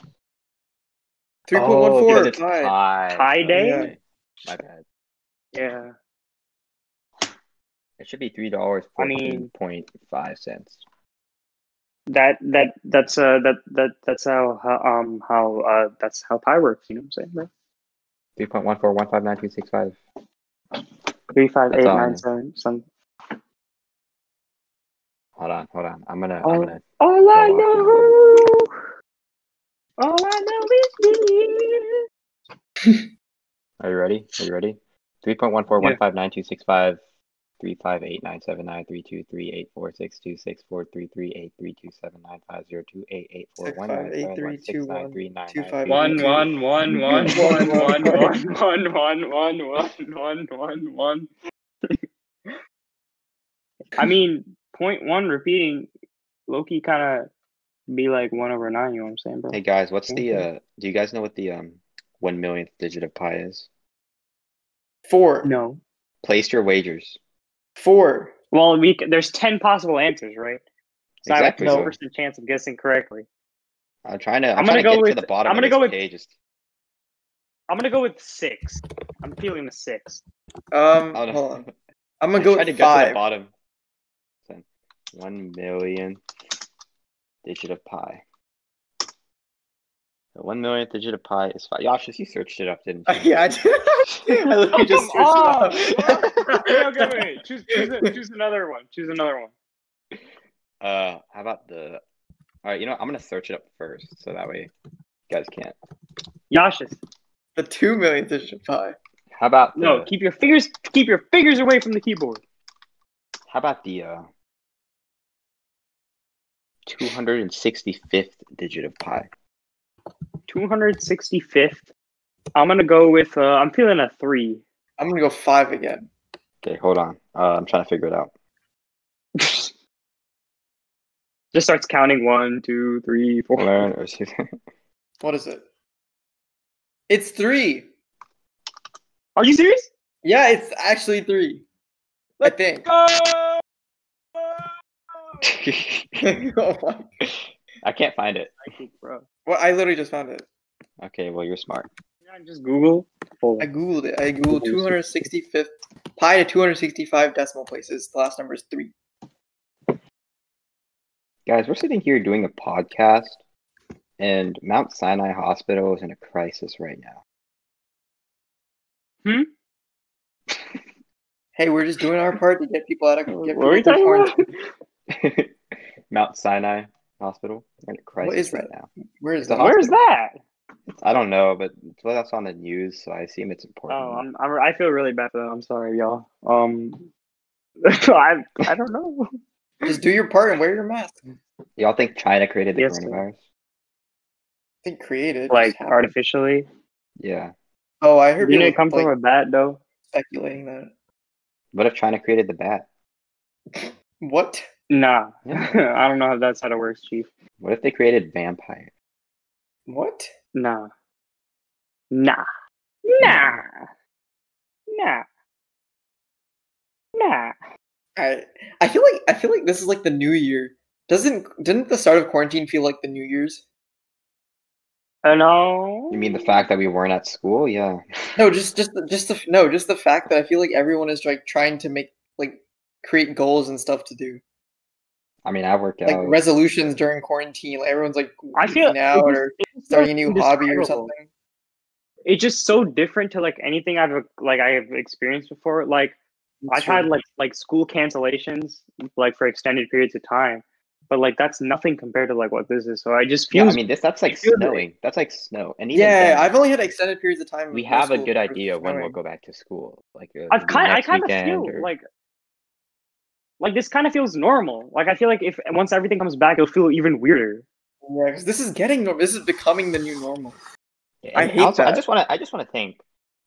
Speaker 3: Three point
Speaker 2: Oh,
Speaker 3: one
Speaker 2: because
Speaker 3: four.
Speaker 2: it's pie.
Speaker 1: Pie day?
Speaker 2: Okay. Oh, My bad.
Speaker 1: Yeah,
Speaker 2: It should be three dollars
Speaker 1: I mean-
Speaker 2: fourteen point five cents.
Speaker 1: that that that's uh that that that's how, how um how uh that's how Pi works. You know what I'm saying? Bro?
Speaker 2: Three point one four one five nine two six five.
Speaker 1: Three five
Speaker 2: That's
Speaker 1: eight
Speaker 2: all I
Speaker 1: nine
Speaker 2: know.
Speaker 1: seven some.
Speaker 2: Hold on, hold on. I'm gonna
Speaker 1: Oh.
Speaker 2: I'm gonna
Speaker 1: All I
Speaker 2: Go off
Speaker 1: know, all I know is this.
Speaker 2: Are you ready? Are you ready? Three point one four one five nine two six five three five eight nine seven nine three two three eight four six two six four three three eight three two seven nine five zero two eight eight four
Speaker 3: Six
Speaker 2: one
Speaker 3: five
Speaker 2: nine
Speaker 3: eight
Speaker 2: seven
Speaker 3: three
Speaker 2: one
Speaker 3: two
Speaker 2: six nine
Speaker 3: one
Speaker 2: three nine
Speaker 3: two
Speaker 2: nine
Speaker 3: five
Speaker 2: three
Speaker 3: one
Speaker 2: two.
Speaker 1: one one one
Speaker 3: one, one, one,
Speaker 1: one one one one one one. I mean, point one repeating, Loki kind of be like one over nine. You know what I'm saying, bro?
Speaker 2: Hey guys, what's the
Speaker 1: Mhm.
Speaker 2: uh do you guys know what the um one millionth digit of pi is?
Speaker 3: Four.
Speaker 1: No.
Speaker 2: Place your wagers.
Speaker 3: Four.
Speaker 1: Well, we c- there's ten possible answers, right? So
Speaker 2: Exactly.
Speaker 1: I have
Speaker 2: So
Speaker 1: a percent chance of guessing correctly.
Speaker 2: I'm trying to. I'm,
Speaker 1: I'm gonna
Speaker 2: trying to
Speaker 1: go
Speaker 2: get
Speaker 1: with-
Speaker 2: to the bottom.
Speaker 1: I'm gonna
Speaker 2: of
Speaker 1: go with-
Speaker 2: this page. It's-
Speaker 1: I'm gonna go with six. I'm feeling the six.
Speaker 3: Um,
Speaker 2: I don't know.
Speaker 3: hold on. I'm gonna go
Speaker 2: trying to
Speaker 3: with
Speaker 2: get to the
Speaker 3: five.
Speaker 2: bottom. Then, One million digit of pi. The one millionth digit of pi is five. Yasha, you searched it up, didn't you?
Speaker 3: yeah, I, did. I literally just searched
Speaker 1: on, Okay,
Speaker 3: it
Speaker 1: okay,
Speaker 3: up.
Speaker 1: wait, wait. Choose, choose, a- choose another one. Choose another one.
Speaker 2: Uh, how about the? All right, you know what? I'm gonna search it up first, so that way you guys can't.
Speaker 1: Yashas.
Speaker 3: the two millionth is pi.
Speaker 2: How about
Speaker 1: No,
Speaker 2: the-
Speaker 1: keep your fingers keep your fingers away from the keyboard.
Speaker 2: How about the uh, 265th digit of pi?
Speaker 1: 265th. I'm gonna go with uh, I'm feeling a three.
Speaker 3: I'm gonna go five again.
Speaker 2: Okay, hold on. Uh, I'm trying to figure it out.
Speaker 1: Just starts counting one, two, three, four.
Speaker 2: Learn or see.
Speaker 3: What is it? It's three.
Speaker 1: Are you serious?
Speaker 3: Yeah, it's actually three. I think.
Speaker 1: Go!
Speaker 3: oh my.
Speaker 2: I can't find it.
Speaker 1: Bro,
Speaker 3: Well, I literally just found it.
Speaker 2: Okay, well you're smart.
Speaker 1: Can I just Google. Full.
Speaker 3: I googled it. I googled 265th pi to 265 decimal places. The last number is three.
Speaker 2: Guys, we're sitting here doing a podcast, and Mount Sinai Hospital is in a crisis right now.
Speaker 3: Hey, we're just doing our part to get people out of get
Speaker 1: What
Speaker 3: people
Speaker 1: are we
Speaker 3: through
Speaker 1: talking
Speaker 3: quarantine.
Speaker 1: about?
Speaker 2: Mount Sinai Hospital they're in a crisis
Speaker 3: is
Speaker 2: right
Speaker 3: that?
Speaker 2: now.
Speaker 3: Where is
Speaker 2: The
Speaker 3: that?
Speaker 1: Where's that?
Speaker 2: I don't know, but it's- well, that's on the news, so I assume it's important.
Speaker 1: Oh, I'm, I'm, I feel really bad for them. I'm sorry, y'all. Um, I, I don't know.
Speaker 3: Just do your part and wear your mask. I
Speaker 2: Y'all think China created the
Speaker 1: Yes, sir.
Speaker 2: coronavirus?
Speaker 3: think created.
Speaker 1: Like
Speaker 3: just happened.
Speaker 1: artificially.
Speaker 2: Yeah.
Speaker 3: Oh, I heard
Speaker 1: Didn't
Speaker 3: people,
Speaker 1: it come
Speaker 3: like,
Speaker 1: from a bat though?
Speaker 3: speculating that.
Speaker 2: What if China created the bat?
Speaker 3: What?
Speaker 1: Nah,
Speaker 2: Yeah.
Speaker 1: I don't know how that's how it works, Chief.
Speaker 2: What if they created vampire?
Speaker 3: What?
Speaker 1: Nah, nah, nah, nah, nah.
Speaker 3: I I feel like I feel like this is like the new year. Doesn't didn't the start of quarantine feel like the New Year's?
Speaker 1: Uh, no.
Speaker 2: You mean the fact that we weren't at school? Yeah.
Speaker 3: No, just just the- just the no, just the fact that I feel like everyone is like trying to make like create goals and stuff to do,
Speaker 2: I mean, I work out.
Speaker 3: like resolutions during quarantine. Like everyone's like
Speaker 1: I feel
Speaker 3: working out
Speaker 1: it just-
Speaker 3: or
Speaker 1: it's just so
Speaker 3: starting a new hobby or
Speaker 1: indescribable.
Speaker 3: something.
Speaker 1: It's just so different to like anything I've like I have experienced before. Like I've had like like school cancellations like for extended periods of time, but like that's nothing compared to like what this is. So I just
Speaker 2: yeah,
Speaker 1: feel
Speaker 2: I mean, this that's like
Speaker 1: Excuse me.
Speaker 2: snowing. That's like snow. And even
Speaker 3: yeah,
Speaker 2: then,
Speaker 3: I've only had extended periods of time.
Speaker 2: we
Speaker 3: with no
Speaker 2: have a
Speaker 3: school
Speaker 2: good
Speaker 3: for
Speaker 2: idea when we'll
Speaker 3: snowing.
Speaker 2: go back to school. Like uh,
Speaker 1: I've
Speaker 2: the
Speaker 1: kind I
Speaker 2: next
Speaker 1: kind of
Speaker 2: weekend
Speaker 1: feel
Speaker 2: or-
Speaker 1: like like this kind of feels normal. Like I feel like if once everything comes back, it'll feel even weirder.
Speaker 3: Yeah, 'cause this is getting normal. This is becoming the new normal.
Speaker 2: Yeah,
Speaker 3: I
Speaker 2: and
Speaker 3: hate
Speaker 2: also, I
Speaker 3: that.
Speaker 2: just want to. I just want to thank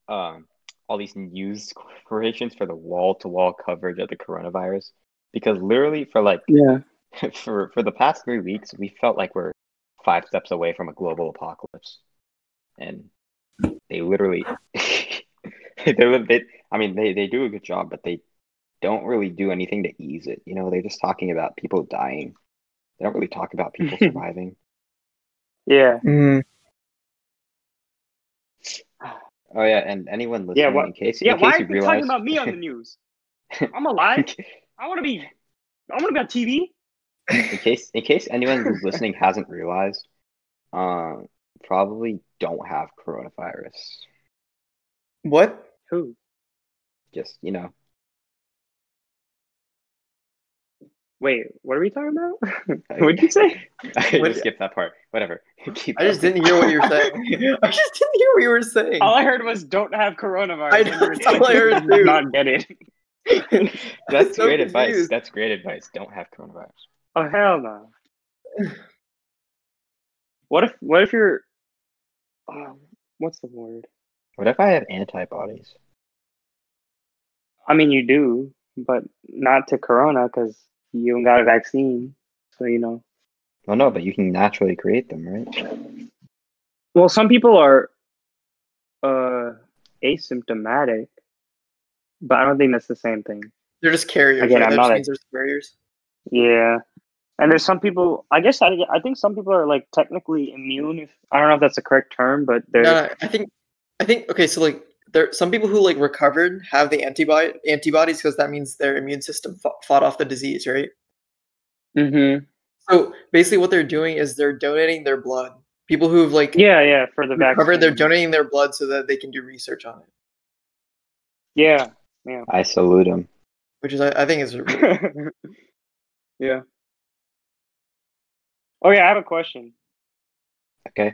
Speaker 2: um, all these news corporations for the wall-to-wall coverage of the coronavirus, because literally for like
Speaker 1: Yeah.
Speaker 2: for for the past three weeks, we felt like we're five steps away from a global apocalypse, and they literally they they I mean they they do a good job, but they don't really do anything to ease it. You know, they're just talking about people dying. They don't really talk about people surviving.
Speaker 1: Yeah.
Speaker 2: Oh yeah, and anyone listening,
Speaker 1: Yeah, what-
Speaker 2: in case
Speaker 1: Yeah.
Speaker 2: in
Speaker 1: Why
Speaker 2: case
Speaker 1: are
Speaker 2: you
Speaker 1: you
Speaker 2: realize,
Speaker 1: talking about me on the news? I'm alive. I want to be. I want to be on TV.
Speaker 2: in case in case anyone who's listening hasn't realized, um, probably don't have coronavirus.
Speaker 3: What?
Speaker 1: Who?
Speaker 2: Just you know,
Speaker 1: Wait. What are we talking about?
Speaker 2: I-
Speaker 1: What'd you say?
Speaker 2: I
Speaker 3: What-
Speaker 2: just skipped that part. Whatever. Keep
Speaker 3: I just
Speaker 2: going.
Speaker 3: didn't hear what you were saying. I just didn't hear what you were saying.
Speaker 1: All I heard was don't have coronavirus.
Speaker 3: I
Speaker 1: and
Speaker 3: know,
Speaker 1: you're
Speaker 3: that's all I
Speaker 1: like,
Speaker 3: heard,
Speaker 1: "Do
Speaker 3: too."
Speaker 1: Not get it.
Speaker 2: That's
Speaker 3: so
Speaker 2: great advice.
Speaker 3: confused.
Speaker 2: That's great advice. Don't have coronavirus.
Speaker 1: Oh hell no. What if what if you're um, what's the word?
Speaker 2: What if I have antibodies?
Speaker 1: I mean you do, but not to corona because you don't got a vaccine. So you know.
Speaker 2: Well, no, but you can naturally create them, right?
Speaker 1: Well some people are uh, asymptomatic, but I don't think that's the same thing.
Speaker 3: They're just carriers.
Speaker 1: Again,
Speaker 3: right?
Speaker 1: I'm
Speaker 3: That
Speaker 1: not
Speaker 3: just
Speaker 1: a-
Speaker 3: means there's carriers.
Speaker 1: Yeah. And there's some people, I guess, I, I think some people are like technically immune. If I don't know if that's the correct term, but they're,
Speaker 3: No, no, I think, I think. Okay, so like there, some people who like recovered have the antibody antibodies because that means their immune system fought, fought off the disease, right?
Speaker 1: Mhm.
Speaker 3: So basically, what they're doing is they're donating their blood. People who've like
Speaker 1: yeah, yeah, for the
Speaker 3: recovered,
Speaker 1: vaccine.
Speaker 3: they're donating their blood so that they can do research on it,
Speaker 1: yeah.
Speaker 2: I salute him.
Speaker 3: which is I, I think is a really-
Speaker 1: yeah. Oh yeah, I have a question.
Speaker 2: Okay.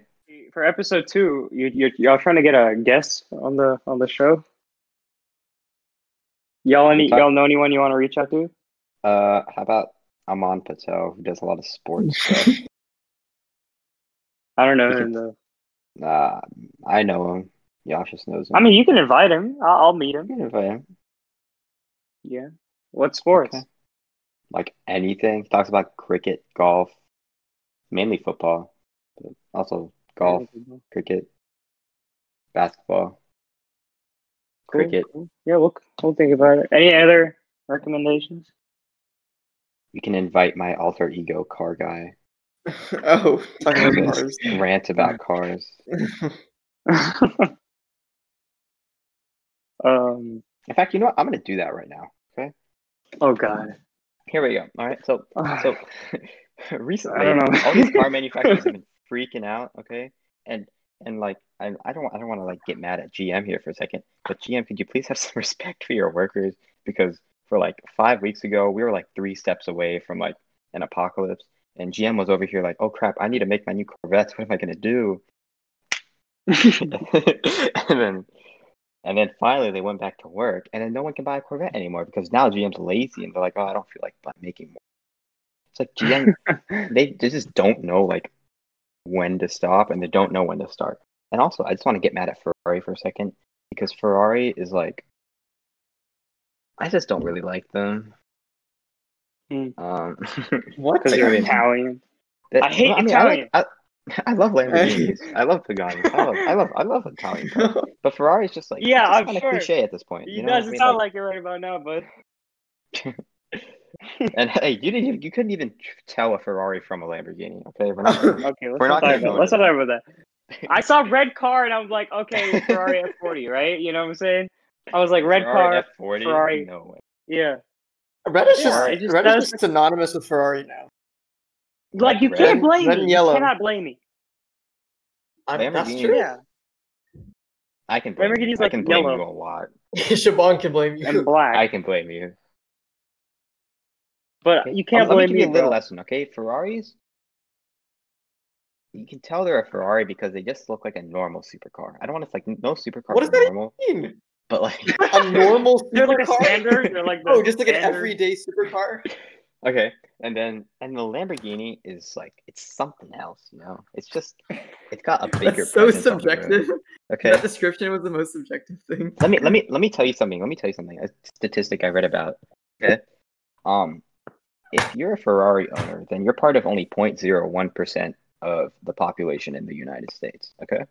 Speaker 1: For episode two, you, you y'all trying to get a guest on the on the show? Y'all any
Speaker 2: talk-
Speaker 1: y'all know anyone you want to reach out to?
Speaker 2: Uh, how about Aman Patel, who does a lot of sports stuff?
Speaker 1: I don't know.
Speaker 2: Okay.
Speaker 1: in the-
Speaker 2: uh, I know him. Yash just knows him.
Speaker 1: I mean, you can invite him. I'll, I'll meet him.
Speaker 2: You can invite him.
Speaker 1: Yeah. What sports?
Speaker 2: Okay. Like anything. He talks about cricket, golf, mainly football, but also golf, cricket, basketball,
Speaker 1: Cool,
Speaker 2: cricket.
Speaker 1: cool. Yeah, we'll we'll think about it. Any other recommendations?
Speaker 2: You can invite my alter ego car guy.
Speaker 3: oh talking about
Speaker 2: Just
Speaker 3: cars.
Speaker 2: rant about cars.
Speaker 1: um.
Speaker 2: In fact, you know what? I'm gonna do that right now. Okay.
Speaker 1: Oh God.
Speaker 2: Here we go. All right. So So recently,
Speaker 1: I don't know.
Speaker 2: all these car manufacturers have been freaking out, okay? And and like I, I don't I don't want to like get mad at GM here for a second, but GM, could you please have some respect for your workers? Because for like five weeks ago, we were like three steps away from like an apocalypse, and GM was over here like, oh crap, I need to make my new Corvettes. What am I gonna do? and then and then finally they went back to work, and then no one can buy a Corvette anymore because now GM's lazy and they're like, oh, I don't feel like making more. It's like GM they, they just don't know like when to stop and they don't know when to start. And also, I just want to get mad at Ferrari for a second because Ferrari is like, I just don't really like them.
Speaker 1: Hmm.
Speaker 2: Um,
Speaker 3: What?
Speaker 1: Because you're
Speaker 2: Italian.
Speaker 1: Italian.
Speaker 2: that-
Speaker 1: I hate
Speaker 2: I mean,
Speaker 1: Italian.
Speaker 2: I, like, I, I love Lamborghinis. I love Pagani. I love, I love, I love Italian. cars. But Ferrari's just like,
Speaker 1: Yeah,
Speaker 2: it's just
Speaker 1: I'm
Speaker 2: kinda
Speaker 1: sure.
Speaker 2: cliche at this point. You
Speaker 1: It
Speaker 2: know what I
Speaker 1: doesn't
Speaker 2: mean?
Speaker 1: sound
Speaker 2: Like-
Speaker 1: like it right about now, but
Speaker 2: and hey, you didn't, even, you couldn't even tell a Ferrari from a Lamborghini. Okay, we're not.
Speaker 1: okay. Let's
Speaker 2: We're
Speaker 1: not
Speaker 2: not
Speaker 1: talk
Speaker 2: gonna
Speaker 1: about.
Speaker 2: go
Speaker 1: Let's not
Speaker 2: into
Speaker 1: talk about that. I saw red car and I was like, okay, Ferrari F40, right? You know what I'm saying? I was like, red
Speaker 2: Ferrari
Speaker 1: car,
Speaker 2: F40.
Speaker 1: Ferrari.
Speaker 2: No way.
Speaker 1: yeah.
Speaker 3: Red is
Speaker 1: Yeah,
Speaker 3: just,
Speaker 1: it just
Speaker 3: Red
Speaker 1: does-
Speaker 3: is just synonymous with Ferrari now.
Speaker 1: Like you
Speaker 2: Red-
Speaker 1: can't blame
Speaker 3: red
Speaker 1: me.
Speaker 3: and
Speaker 1: You
Speaker 3: yellow.
Speaker 1: cannot blame me.
Speaker 3: I'm, that's
Speaker 2: Lamborghini.
Speaker 3: true.
Speaker 1: Yeah.
Speaker 2: I can blame you.
Speaker 1: Lamborghini's,
Speaker 2: I
Speaker 1: like,
Speaker 2: can blame
Speaker 1: yellow.
Speaker 2: you a lot.
Speaker 3: Siobhan can blame you.
Speaker 1: And black.
Speaker 2: I can blame you. Oh,
Speaker 1: but you can't
Speaker 2: Let
Speaker 1: blame
Speaker 2: me give you a little
Speaker 1: bro.
Speaker 2: lesson, okay? Ferraris. You can tell they're a Ferrari because they just look like a normal supercar. I don't want to like no supercar
Speaker 3: What does
Speaker 2: is
Speaker 3: that
Speaker 2: normal,
Speaker 3: mean?
Speaker 2: but like
Speaker 3: A normal
Speaker 1: They're like a
Speaker 3: supercar?
Speaker 1: standard. They're like the
Speaker 3: Oh, just like an
Speaker 1: standard-
Speaker 3: everyday supercar?
Speaker 2: okay, and then and the Lamborghini is like it's something else, you know. It's just it's got a bigger. presence on the road, Okay.
Speaker 3: description was the most subjective thing.
Speaker 2: let me let me let me tell you something. Let me tell you something. A statistic I read about. Okay. Um, if you're a Ferrari owner, then you're part of only 0.01 percent of the population in the United States. Okay.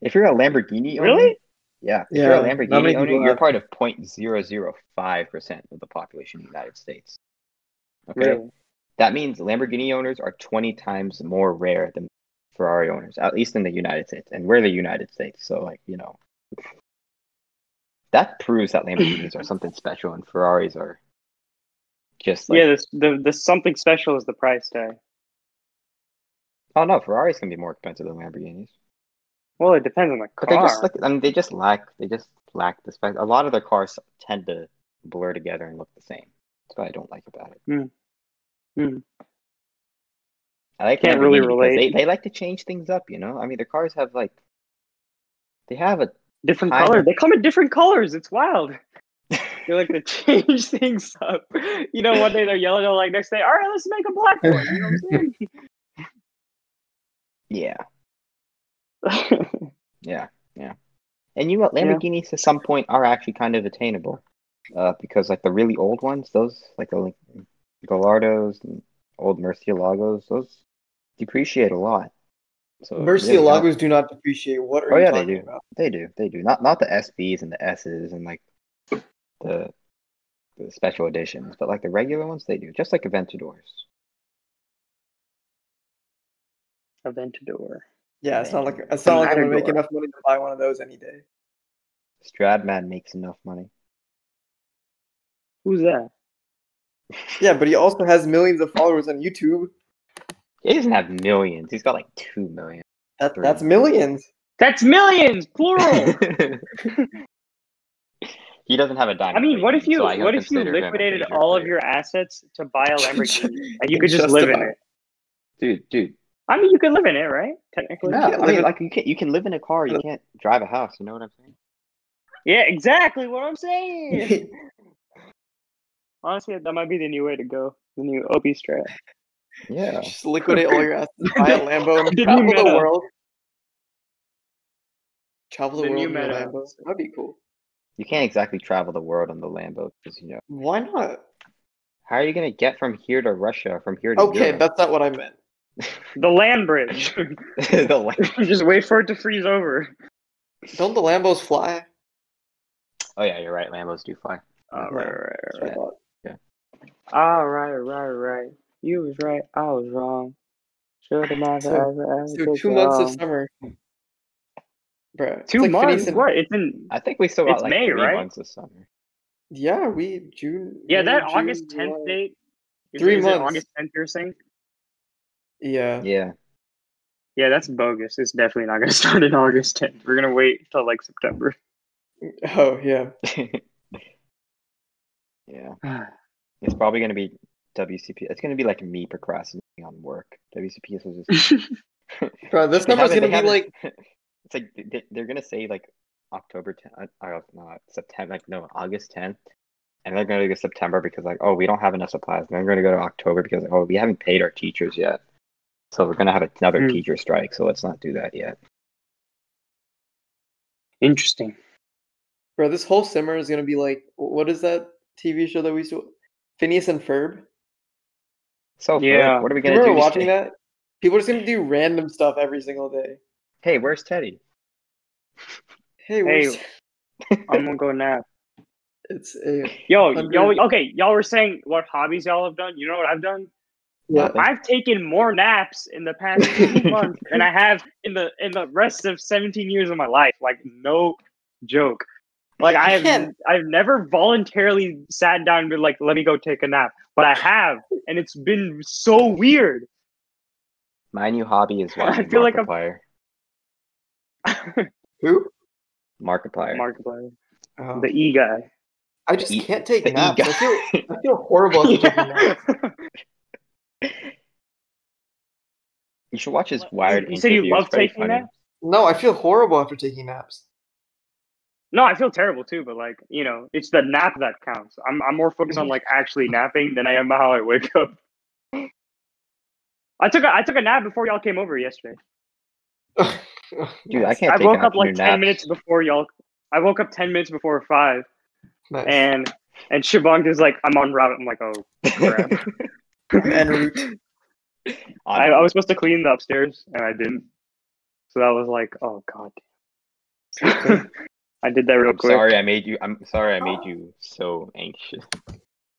Speaker 2: If you're a Lamborghini owner,
Speaker 1: Really?
Speaker 2: yeah. If you're a
Speaker 3: Yeah, not many
Speaker 2: Lamborghini owner,
Speaker 3: people
Speaker 2: you're
Speaker 3: have-
Speaker 2: part of 0.005 percent of the population in the United States. Okay.
Speaker 1: Really?
Speaker 2: That means Lamborghini owners are 20 times more rare than Ferrari owners, at least in the United States. And we're the United States, so like, you know, that proves that Lamborghinis are something special and Ferraris are just like,
Speaker 1: yeah. This, the the something special is the price tag.
Speaker 2: oh no, Ferraris can be more expensive than Lamborghinis.
Speaker 1: Well, it depends on the
Speaker 2: But
Speaker 1: car.
Speaker 2: they just like, I mean, they just lack, they just lack the spec. A lot of their cars tend to blur together and look the same. That's what I don't like about it.
Speaker 1: Hmm. Hmm.
Speaker 2: I like
Speaker 1: Can't really
Speaker 2: Lamborghini because
Speaker 1: relate.
Speaker 2: They, they like to change things up, you know? I mean, their cars have like, they have a
Speaker 1: different
Speaker 2: I-
Speaker 1: color. They come in different colors. It's wild. They like to change things up. You know, one day they're yellow, they're like next day, all right, let's make a black one. You know what I'm
Speaker 2: Yeah,
Speaker 1: saying?
Speaker 2: yeah, yeah. And you know what?
Speaker 1: Yeah.
Speaker 2: Lamborghinis at some point are actually kind of attainable, uh, because like the really old ones, those like the like, Gallardos and old Murcielagos, those depreciate a lot. So
Speaker 3: Mercy
Speaker 2: there we go.
Speaker 3: Lagos do not depreciate. What are
Speaker 2: Oh,
Speaker 3: you
Speaker 2: yeah, they
Speaker 3: talking
Speaker 2: do.
Speaker 3: about?
Speaker 2: They do. They do. Not not the SBs and the S's and like the, the special editions, but like the regular ones, they do. Just like Aventadors.
Speaker 1: Aventador.
Speaker 3: Yeah, it's not like it's not like I'm gonna make
Speaker 1: Matador.
Speaker 3: enough money to buy one of those any day.
Speaker 2: Stradman makes enough money.
Speaker 1: Who's that?
Speaker 3: Yeah, but he also has millions of followers on YouTube.
Speaker 2: He doesn't have millions. He's got like two million.
Speaker 3: That
Speaker 2: Three.
Speaker 3: that's millions.
Speaker 1: That's millions, plural.
Speaker 2: he doesn't have a dime.
Speaker 1: I mean, what if
Speaker 2: so
Speaker 1: you
Speaker 2: I don't
Speaker 1: what if you
Speaker 2: consider him a
Speaker 1: liquidated
Speaker 2: major
Speaker 1: all of
Speaker 2: player.
Speaker 1: your assets to buy a Lamborghini and you
Speaker 3: And
Speaker 1: could just
Speaker 3: just
Speaker 1: live in
Speaker 3: about-
Speaker 1: it?
Speaker 2: dude, dude?
Speaker 1: I mean, you could live in it, right? Technically.
Speaker 2: No,
Speaker 3: can't
Speaker 2: I
Speaker 3: live
Speaker 2: mean,
Speaker 3: in-
Speaker 2: like you can you can live in a car. You can't drive a house. You know what I'm saying?
Speaker 1: Yeah, exactly what I'm saying. Honestly, that might be the new way to go. The new OP strat.
Speaker 2: Yeah.
Speaker 3: Just liquidate all your assets, buy a Lambo, and
Speaker 1: The new
Speaker 3: travel the
Speaker 1: meta.
Speaker 3: world. Travel the,
Speaker 1: The
Speaker 3: world
Speaker 1: new
Speaker 3: in a
Speaker 1: meta.
Speaker 3: Lambo. That'd be cool.
Speaker 2: You can't exactly travel the world on the Lambo because you know
Speaker 3: Why not?
Speaker 2: how are you gonna get from here to Russia from here to
Speaker 3: Okay,
Speaker 2: Europe?
Speaker 3: that's not what I meant.
Speaker 1: The land bridge.
Speaker 2: the Lam-
Speaker 1: just wait for it to freeze over.
Speaker 3: Don't the Lambos fly?
Speaker 2: oh yeah, you're right. Lambos do fly.
Speaker 1: All right, right, right, right.
Speaker 3: That's what I thought.
Speaker 1: All right, right, right. You was right. I was wrong. Should have not
Speaker 3: So-
Speaker 1: ever
Speaker 3: So two months of summer. Bro,
Speaker 1: um, Two months? What? It's in.
Speaker 2: I think we still got
Speaker 1: It's
Speaker 2: like
Speaker 1: May,
Speaker 2: three
Speaker 1: right?
Speaker 2: months of summer.
Speaker 3: Yeah, we June.
Speaker 1: Yeah,
Speaker 3: May,
Speaker 1: that
Speaker 3: June,
Speaker 1: August 10th
Speaker 3: July.
Speaker 1: date. Is,
Speaker 3: Three
Speaker 1: is it
Speaker 3: months.
Speaker 1: August 10th, you're saying?
Speaker 3: Yeah.
Speaker 2: Yeah,
Speaker 1: Yeah, that's bogus. It's definitely not going to start in August 10th. We're going to wait till like September.
Speaker 3: Oh yeah.
Speaker 2: yeah.
Speaker 1: That's
Speaker 2: It's probably gonna be WCP. It's gonna be like me procrastinating on work. WCPS was just.
Speaker 3: Bro, this
Speaker 2: They
Speaker 3: number's
Speaker 2: haven't-
Speaker 3: gonna
Speaker 2: they
Speaker 3: be like
Speaker 2: haven't- it's like they- they, they're gonna say like October uh, 10th, or not September, like no August 10th, and they're gonna go September because like oh we don't have enough supplies, and they're gonna go to October because like, oh we haven't paid our teachers yet, so we're gonna have another
Speaker 1: Hmm.
Speaker 2: teacher strike, so let's not do that yet.
Speaker 1: Interesting.
Speaker 3: bro, this whole summer is gonna be like what is that TV show that we used to Phineas and Ferb?
Speaker 2: So Ferb,
Speaker 1: Yeah.
Speaker 2: what are we
Speaker 3: You
Speaker 2: gonna
Speaker 3: remember
Speaker 2: do?
Speaker 3: watching
Speaker 2: today?
Speaker 3: that? People are just gonna do random stuff every single day.
Speaker 2: Hey, where's Teddy?
Speaker 3: Hey, we're
Speaker 1: Hey. I'm going to go now.
Speaker 3: it's a
Speaker 1: Yo,
Speaker 3: Hundred-
Speaker 1: yo, okay, y'all were saying what hobbies y'all have done. You know what I've done?
Speaker 3: yeah.
Speaker 2: Nothing.
Speaker 1: I've taken more naps in the past two months than I have in the in the rest of 17 years of my life. Like no joke. Like I have
Speaker 3: Man.
Speaker 1: I've never voluntarily sat down and been like, let me go take a nap. But I have, and it's been so weird.
Speaker 2: My new hobby is
Speaker 1: I
Speaker 2: watching
Speaker 1: feel like I'm-
Speaker 2: Markiplier. e-,
Speaker 3: Who?
Speaker 2: Markiplier.
Speaker 1: Markiplier,
Speaker 3: Oh.
Speaker 1: the E guy.
Speaker 3: I just
Speaker 2: E-
Speaker 3: can't take
Speaker 2: the E
Speaker 3: naps. I
Speaker 2: guy.
Speaker 3: feel I feel horrible after taking naps.
Speaker 2: you should watch his
Speaker 1: What-
Speaker 2: Wired
Speaker 1: you
Speaker 2: interview.
Speaker 1: said you love
Speaker 2: it's very
Speaker 1: taking
Speaker 2: funny.
Speaker 1: naps?
Speaker 3: No, I feel horrible after taking naps.
Speaker 1: No, I feel terrible too, but like you know, it's the nap that counts. I'm I'm more focused on like actually napping than I am how I wake up. I took a I took a nap before y'all came over yesterday.
Speaker 2: Dude, I
Speaker 3: Nice,
Speaker 2: can't
Speaker 1: I
Speaker 2: take
Speaker 1: woke up like
Speaker 2: afternoon
Speaker 1: ten
Speaker 2: naps.
Speaker 1: minutes before y'all. I woke up ten minutes before five,
Speaker 3: nice.
Speaker 1: and and Shibong is like, "I'm on route." I'm like, "Oh, crap."
Speaker 3: En route.
Speaker 1: I, I was supposed to clean the upstairs and I didn't, so that was like, "Oh god." I did that real
Speaker 2: I'm
Speaker 1: quick.
Speaker 2: sorry I made you I'm sorry I made you so anxious.